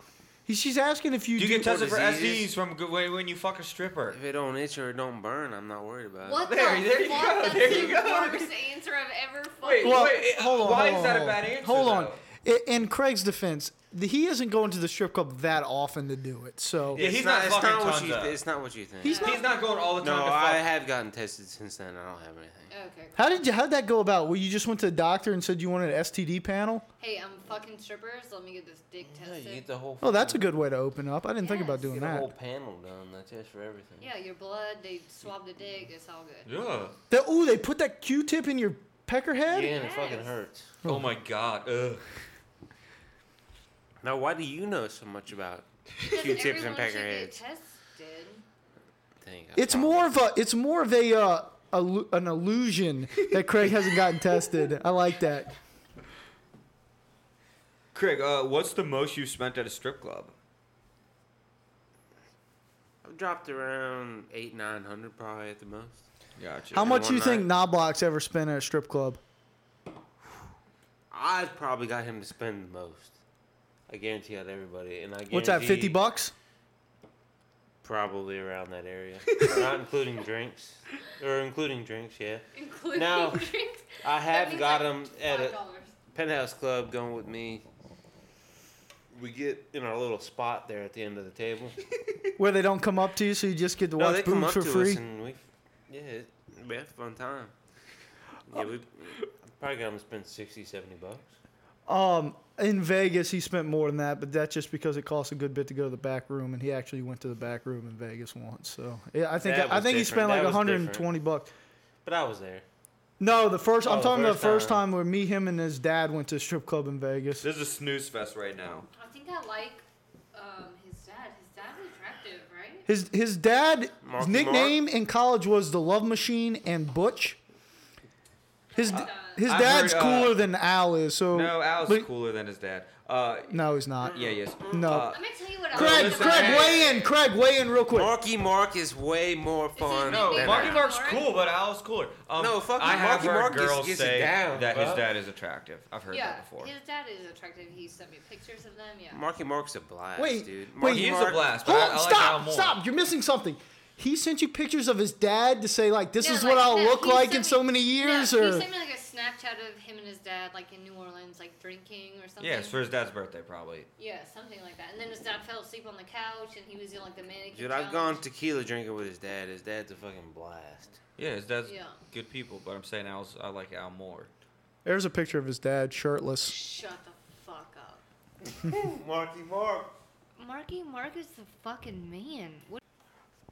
He- she's asking if you
You get tested for
diseases?
STDs from g- when when you fuck a stripper.
If it don't itch or it don't burn, I'm not worried about
What
it.
the
there you
fuck?
go,
That's
there
the
you go.
worst answer I've ever fucking
Well,
wait,
hold on.
why
hold
is
on,
that a
hold
bad
on.
answer,
Hold on. I- In Craig's defense, the, he isn't going to the strip club that often to do it. So
It's it's not what you, th- It's not what you think.
He's not-
He's not going all the time
No,
to fuck.
I have gotten tested since then. I don't have anything.
Okay.
How did you? How'd that go about? Well, you just went to the doctor and said you wanted an STD panel.
Hey, I'm fucking strippers. Let me get this dick tested.
Yeah, you get the whole.
Oh, that's a good way to open up. I didn't think about
You get
doing
the
that.
whole panel done. They test for everything.
Yeah, your blood. They swab the dick. It's all good.
The, ooh, they put that Q-tip in your pecker head.
Yeah, and it fucking hurts.
Oh my god. Ugh.
Now, why do you know so much about Q-tips and pecker heads?
Tested.
Dang, I
It's more of a. It's more of a. Uh, allu- an illusion that Craig hasn't gotten tested. I like that.
Craig, uh, what's the most you've spent at a strip club?
I've dropped around eight, nine hundred probably at the most.
Gotcha.
How much you think Knobloch's ever spent at a strip club?
I've probably got him to spend the most. I guarantee out everybody, and I guarantee
What's that? Fifty bucks?
Probably around that area, not including drinks, or including drinks, yeah.
Including
now,
drinks.
I
That
have
means,
got
like,
him at a
$5.
penthouse club going with me. We get in our little spot there at the end of the table.
Where they don't come up to you, so you just get to
no,
watch
they come
boobs
up
for
to us
free.
and we, yeah, it- we had a fun time. Yeah, we
Uh,
probably got him to spend 60, 70 bucks.
Um, in Vegas, he spent more than that, but that's just because it costs a good bit to go to the back room, and he actually went to the back room in Vegas once. So yeah, I think
That
I
was
think he
different.
spent
That
like
was
120 bucks.
But I was there.
No, the first
Oh,
I'm
the first
talking about the first
time.
time. where me, him, and his dad went to a strip club in Vegas.
This is a snooze fest right now.
I think I like um, his dad. His dad's attractive, right?
His his dad's
Marky
nickname in college was the Love Machine and Butch. His d- his
I've
dad's
heard, uh,
cooler than Al is. So
No, Al's
Oh, but-
cooler than his dad. Uh,
no, he's not.
yeah, yes.
No.
Uh,
Let me tell you what I
Craig,
like.
Craig, weigh in. Craig, weigh in real quick.
Marky Mark is way more fun.
No,
than
Marky
I-
Mark's cool, but Al's cooler. Um,
No, fucking
I have
Marky
heard
Mark just
girls
gets it
say
down,
that his
bro.
dad is attractive. I've heard
Yeah,
that before.
his dad is attractive. He sent me pictures of them. Yeah.
Marky Mark's a blast,
Wait,
dude.
wait,
Marky
He is a
Mark-
blast, but
Hold
I, I
on,
like Al
stop,
more.
stop. You're missing something. He sent you pictures of his dad to say like, this
No,
is what
like,
I'll
no,
look
he
like
sent
in
me-
so many years,
no,
or
he sent me like a Snapchat of him and his dad, like in New Orleans, like drinking or something.
Yeah, it's for his dad's birthday, probably.
Yeah, something like that. And then his dad fell asleep on the couch, and he was in like the mannequin.
Dude, I've
challenge.
gone tequila drinking with his dad. His dad's a fucking blast.
Yeah, his dad's
Yeah.
good people, but I'm saying Al's. I like Al more.
there's a picture of his dad shirtless.
Shut the fuck up.
Marky Mark.
Marky Mark is the fucking man. What?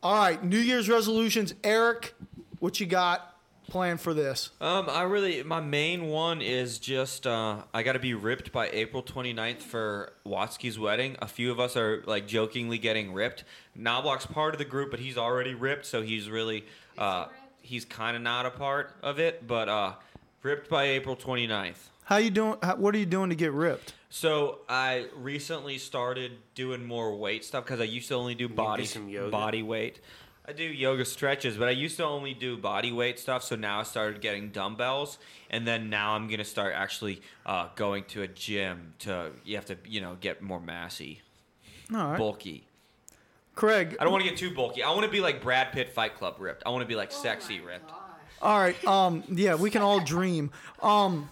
All right, New Year's resolutions, Eric. What you got planned for this?
Um, I really my main one is just uh, I got to be ripped by April 29th for Watsky's wedding. A few of us are like jokingly getting ripped. Knobloch's part of the group, but he's already ripped, so he's really uh, he's kind of not a part of it. But uh, ripped by April 29th.
How you doing? How, what are you doing to get ripped?
So I recently started doing more weight stuff because I used to only do body
some yoga?
body weight. I do yoga stretches, but I used to only do body weight stuff. So now I started getting dumbbells, and then now I'm gonna start actually uh, going to a gym to you have to you know get more massy,
All right,
bulky.
Craig.
I don't want to get too bulky. I want to be like Brad Pitt, Fight Club ripped. I want to be like sexy ripped.
All right. Um. Yeah, we can all dream. Um.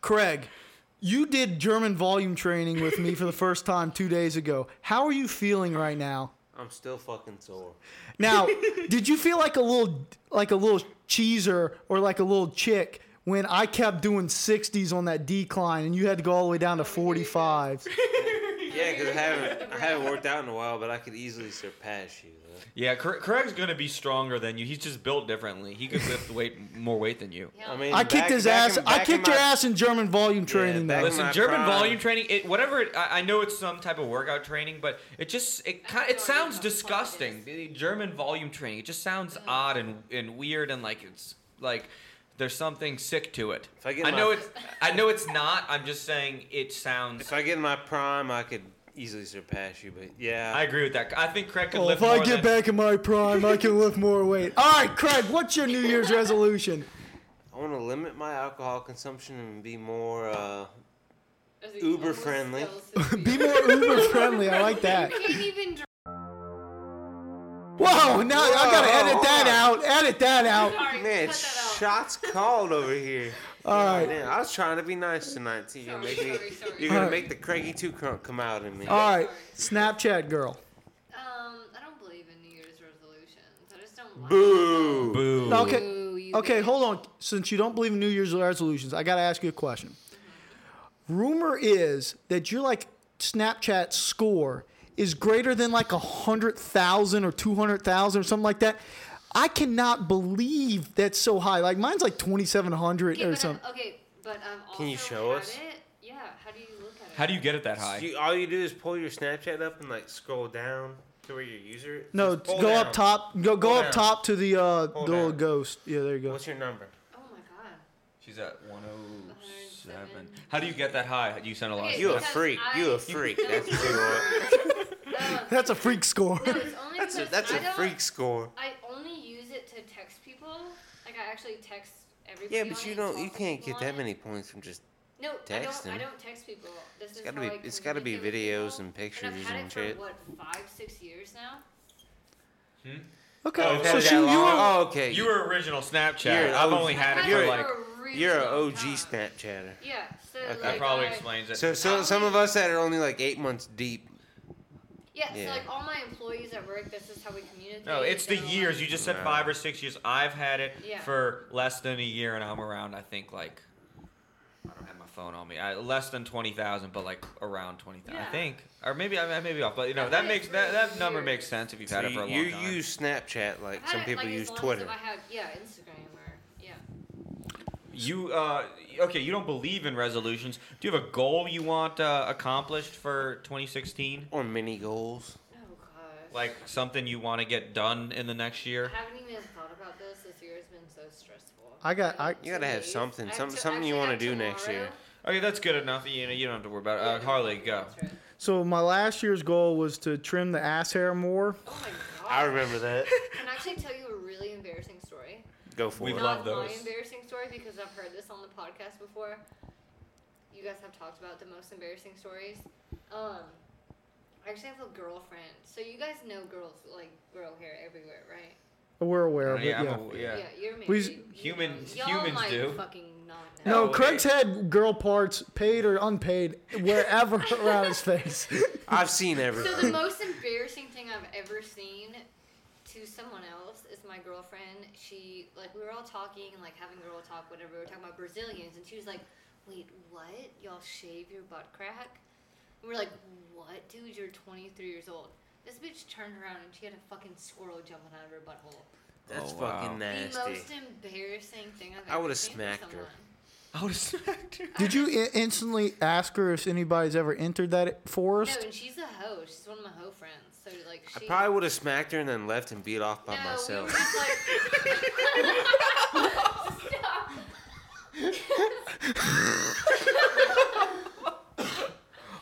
Craig, you did German volume training with me for the first time two days ago. How are you feeling right now?
I'm still fucking sore.
Now, did you feel like a little like a little cheeser or like a little chick when I kept doing 60s on that decline and you had to go all the way down to 45?
Yeah, because I haven't I haven't worked out in a while, but I could easily surpass you. Though.
Yeah, Cra- Craig's gonna be stronger than you. He's just built differently. He could lift weight more weight than you.
I mean,
I kicked his ass. I kicked your ass in German volume training. though.
Listen, German volume training, it whatever. It, I, I know it's some type of workout training, but it just it kind it sounds disgusting. The German volume training, it just sounds odd and and weird and like it's like there's something sick to it.
I get
I know
my-
it's I know it's not. I'm just saying it sounds.
If I get in my prime, I could easily surpass you. But yeah,
I agree with that. I think Craig could
Oh,
lift
if
more
I
than,
get back in my prime, I can lift more weight. All right, Craig, what's your New Year's resolution?
I want to limit my alcohol consumption and be more uh, Uber friendly.
Be more Uber friendly. I like that. Whoa! Now I gotta
Whoa,
edit that
hold
out. Edit that out.
Man, shots called over here.
All right.
Man, I was trying to be nice tonight to you. make me, You're
All
gonna
right.
make the Craigie two crunk come out in me.
All right, Snapchat girl.
Um, I don't believe in New Year's resolutions. I just don't.
Boo.
Boo.
Okay. Okay, hold on. Since you don't believe in New Year's resolutions, I gotta ask you a question. Rumor is that your like Snapchat score is greater than like a hundred thousand or two hundred thousand or something like that. I cannot believe that's so high. Like mine's like twenty seven hundred
Okay,
or
but uh,
something.
I've- okay, but I've also
Can you show
had
us?
It. Yeah. How do you look at it?
How do you get it that
So
high?
you, all you do is pull your Snapchat up and like scroll down to where your user. is.
No,
Just pull
go
down.
up top. Go go
Pull
up
down.
top to the uh, the
Pull
little
down.
ghost. Yeah, there you go.
What's your number?
Oh
She's at 107. How do you get that high? You send a lot.
Okay,
of
You a
snaps.
freak. You a freak. That's what you
That's a freak score.
Um, No, it's only
That's a
because
that's a
I don't-
freak score.
I only use it to text people. Like I actually text everybody.
Yeah,
on
but
it
you
and
don't.
talk
You
to
can't
people
get
on
that
it.
many points from just.
No,
texting.
I don't. I don't text people. This is
It's gotta
how
be.
I
It's gotta be
communicate with
videos and
people.
pictures
And I've had
and
it for
shit.
what five, six years now.
Okay,
Oh,
so
that
she, you
long?
were,
Oh, okay.
You were original Snapchat.
You're an
I've
OG.
only had it
You're
for
a-
like.
You're an OG Snapchatter.
Yeah. So
Okay.
like
That probably
I-
explains it.
So, so some of us that are only like eight months deep.
Yeah,
Yeah.
So like all my employees at work, this is how we communicate.
no, it's the
so,
years. You just said
No.
five or six years. I've had it
Yeah.
for less than a year, and I'm around. I think like I don't have my phone on me. I, less than twenty thousand, but like around twenty thousand. I
Yeah.
think, or maybe I, I may be off. But you know
I've
that
had it
makes
for
that, that number
years.
makes sense if you've
So
had it for
you
a long
you
time.
use Snapchat
I've
like
had
some
it,
people
like, as
use
long as
Twitter.
I have, yeah, Instagram or yeah.
You uh okay, you don't believe in resolutions. Do you have a goal you want uh, accomplished for 2016?
Or mini goals.
Oh gosh.
Like something you want to get done in the next year?
I haven't even thought about this. This year has been so stressful.
I got. I,
You gotta have
Today's-
something,
I have
some,
to-
something you
actually, I
want to
have
do next
tomorrow.
year.
Okay, that's good enough. You know, you don't have to worry about it. Uh, Harley, go.
so my last year's goal was to trim the ass hair more.
Oh my god.
I remember that.
Can I actually tell you a really embarrassing story?
Go for
We
it.
love-
Not my
those.
embarrassing story because I've heard this on the podcast before. You guys have talked about the most embarrassing stories. Um, I actually have a girlfriend. So you guys know girls like grow hair everywhere, right?
We're aware of it.
Yeah, I'm
Yeah.
a- yeah.
you're married.
We s-
you know.
Humans-
Y'all
humans
might
do.
Fucking not know.
No, Craig's had girl parts, paid or unpaid, wherever around his face.
I've seen
So the
everything.
most embarrassing thing I've ever seen to someone else is my girlfriend. She like we were all talking and like having girl talk, whatever. We were talking about Brazilians, and she was like, "Wait, what? Y'all shave your butt crack?" And we're like, "What, dude? You're 23 years old." This bitch turned around and she had a fucking squirrel jumping out of her butthole.
That's
Oh, wow.
fucking
The
nasty.
most embarrassing thing I've
I
ever
would've
seen for
smacked her.
someone.
I would have smacked her.
Did you I- instantly ask her if anybody's ever entered that forest?
No, and she's a hoe. She's one of my hoe friends. So like,
I
she,
probably would have smacked her and then left and beat off by
no, We were
myself.
just like, Stop.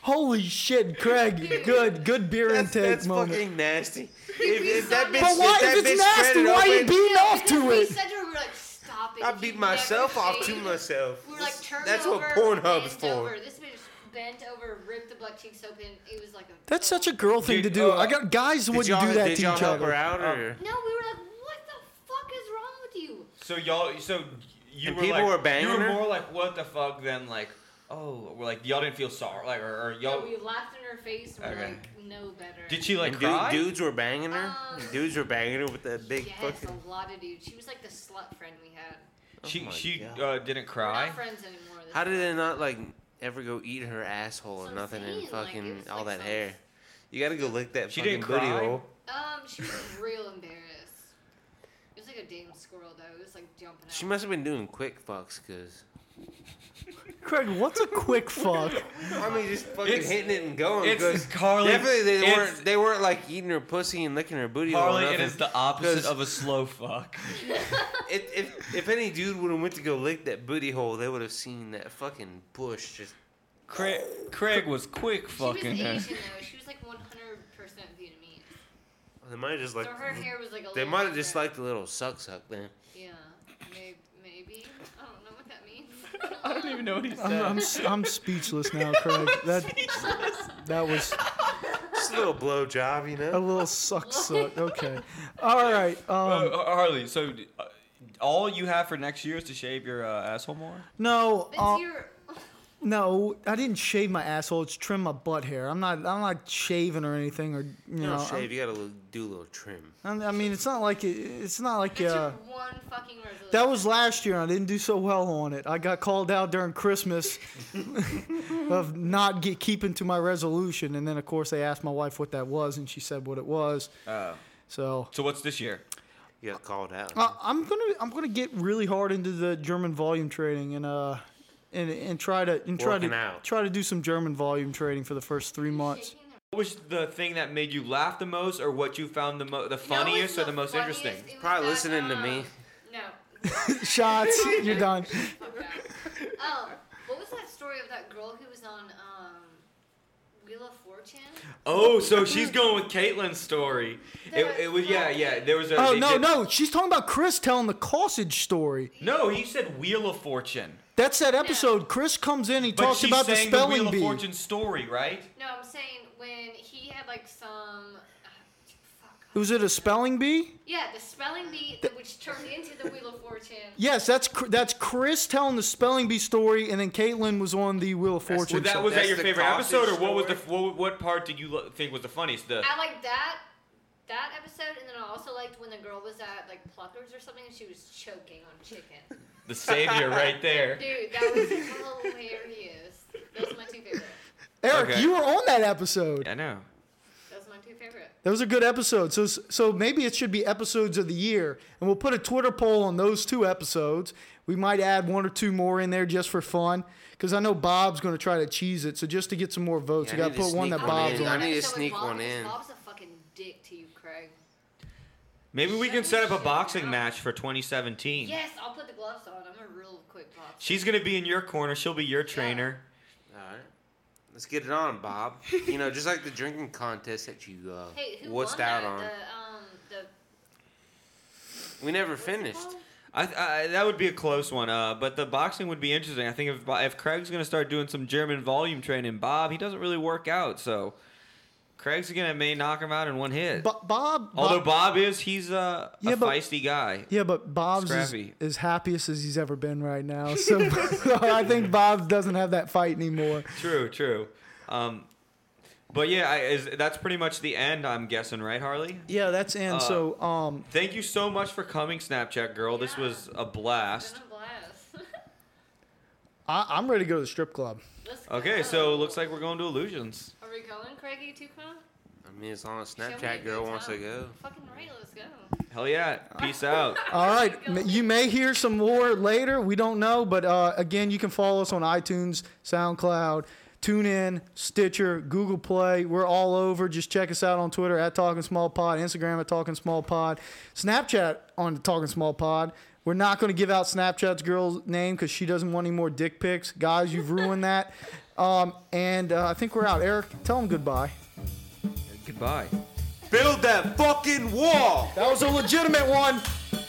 Holy shit, Craig! Good, good beer
That's,
intake
that's
moment.
fucking nasty. If, if that bitch,
but why?
that
If
bitch
it's
spread
nasty,
it
why are you
open,
beating off
Because
to
we
it?
said to her, we were like, stop it.
I
you
beat
never
myself off to
shave."
myself.
We were like, turned
That's
over,
what Pornhub's
bent
for.
Over. This bitch bent over, ripped the butt cheeks open. It was like a.
That's such a girl thing
Did-
to do.
uh,
I got guys
Did
wouldn't
y'all,
do that
did
to
y'all
each
help
other.
her out
Oh.
or?
No, we were like, what the fuck is wrong with you?
So y'all so you
And
were
people
like
were banging
you were
her?
more like what the fuck than like oh, we're like y'all didn't feel sorry like or, or y'all
So we laughed in her face and we're
Okay.
like, no better.
Did she like
And
cry?
dude, dudes were banging her.
Um,
dudes were banging her with that big
Yes,
fucking.
a lot of dudes. She was like the slut friend we had.
she
oh my
she
God.
uh, didn't
We're
cry.
not friends anymore. This
How did
time.
they not like ever go eat her asshole or nothing and fucking all that hair. You gotta go lick that
She
fucking
didn't
booty
cry?
hole.
Um, she was real embarrassed. It was like a damn squirrel though. It was like jumping out.
She must have been doing quick fucks, cause
Craig, what's a quick fuck?
I mean, just fucking
It's-
hitting it and going.
it's-
'cause
Carly,
Definitely, they
it's-
weren't. They weren't like eating her pussy and licking her booty. hole or
Harley, it
nothing,
is the opposite
'cause
of a slow fuck.
if, if if any dude would have went to go lick that booty hole, they would have seen that fucking bush just.
Craig, Craig was quick
She was Asian though. She was like 100% Vietnamese.
They might have just like.
So her hair was like a
They
little
might have just liked a little suck suck then.
Yeah, maybe. maybe. I don't know what that means.
I don't even know what he said.
I'm, I'm, s- I'm speechless now, Craig. That that was
Just a little blow job, you
a
Oh,
know.
little suck suck. Okay, all right. Um,
Uh, Harley, so uh, all you have for next year is to shave your uh, asshole more?
no, uh,
your-
no, I didn't shave my asshole. It's trim my butt hair. I'm not. I'm not shaving or anything. Or you,
You
know,
don't shave. You gotta little- do a little trim.
I'm, I'm- I mean, it's not like it, it's not like uh,
One fucking resolution.
that was last year. and I didn't do so well on it. I got called out during Christmas of not get, keeping to my resolution, and then of course they asked my wife what that was, and she said what it was.
Uh,
So
so what's this year?
You got called out.
Uh, I'm gonna I'm gonna get really hard into the German volume trading and uh and and try to and try
Working
to
out.
try to do some German volume trading for the first three months.
What was the thing that made you laugh the most, or what you found the mo- the funniest or the most interesting?
Probably listening to me.
Shots, you're done.
Oh, what was that story of that girl who was on um, Wheel of Fortune?
Oh, so she's going with Caitlin's story. It, it was yeah, yeah. There was a
Oh
they
no
did-
no, she's talking about Chris telling the sausage story.
no. He said Wheel of Fortune.
That's that episode. Chris comes in, he
But
talks
she
about the
sang
spelling
Wheel of
bee.
Fortune story, right?
No, I'm saying when he had like some.
Was it a spelling bee?
Yeah, the spelling bee, that which turned into the Wheel of Fortune.
Yes, that's Chr- that's Chris telling the spelling bee story, and then Caitlin was on the Wheel of Fortune.
Well, that
show.
was that your favorite episode, or what was the what, what part did you lo- think was the funniest? The
I liked that that episode, and then I also liked when the girl was at like Pluckers or something, and she was choking on chicken.
the savior right there.
Dude, that was hilarious. Those are my two favorite.
Eric,
Okay.
you were on that episode.
I know.
Those are my two favorite.
That was a good episode. So, so maybe it should be episodes of the year, and we'll put a Twitter poll on those two episodes. We might add one or two more in there just for fun, because I know Bob's going to try to cheese it. So just to get some more votes,
Yeah,
we
I
got
need
to
to
put one
sneak
that
one
Bob's
in.
on.
I need to
So with
sneak
Bob,
one
because
in.
Bob's a fucking dick to you, Craig.
Maybe we can set up a boxing match for 2017.
Yes, I'll put the gloves on. I'm a real quick pop.
She's gonna be in your corner. She'll be your trainer.
All right. Let's get it on, Bob. You know, just like the drinking contest that you uh,
Hey, who
wussed
won
out
that?
on.
The, um, the
We never finished.
I, I that would be a close one. Uh, but the boxing would be interesting. I think if Bo- if Craig's gonna start doing some German volume training, Bob he doesn't really work out, so Craig's gonna may knock him out in one hit.
Bo- Bob,
Although Bob is he's uh, a
Yeah, but-
feisty guy.
yeah, but Bob's is,
Scrappy.
is happiest as he's ever been right now. So, so I think Bob doesn't have that fight anymore.
True, true. Um, but yeah, I, is, that's pretty much the end. I'm guessing, right, Harley?
Yeah, that's in.
Uh,
so, um,
Thank you so much for coming, Snapchat girl. This was a blast.
I, I'm ready to go to the strip club.
Okay, so it looks like we're going to illusions.
Are we going, Craigie Tucron?
I mean, as long as
Show me a
Snapchat
good
girl wants to
time.
go.
Fucking right, let's go.
Hell yeah! Peace out.
All right. m- You may hear some more later. We don't know. But uh, again, you can follow us on iTunes, SoundCloud, TuneIn, Stitcher, Google Play. We're all over. Just check us out on Twitter at Talking Small Pod, Instagram at Talking Small Pod, Snapchat on Talking Small Pod. We're not going to give out Snapchat's girl's name because she doesn't want any more dick pics. Guys, you've ruined that. Um, and uh, I think we're out. Eric, tell them goodbye.
Goodbye.
Build that fucking wall!
That was a legitimate one.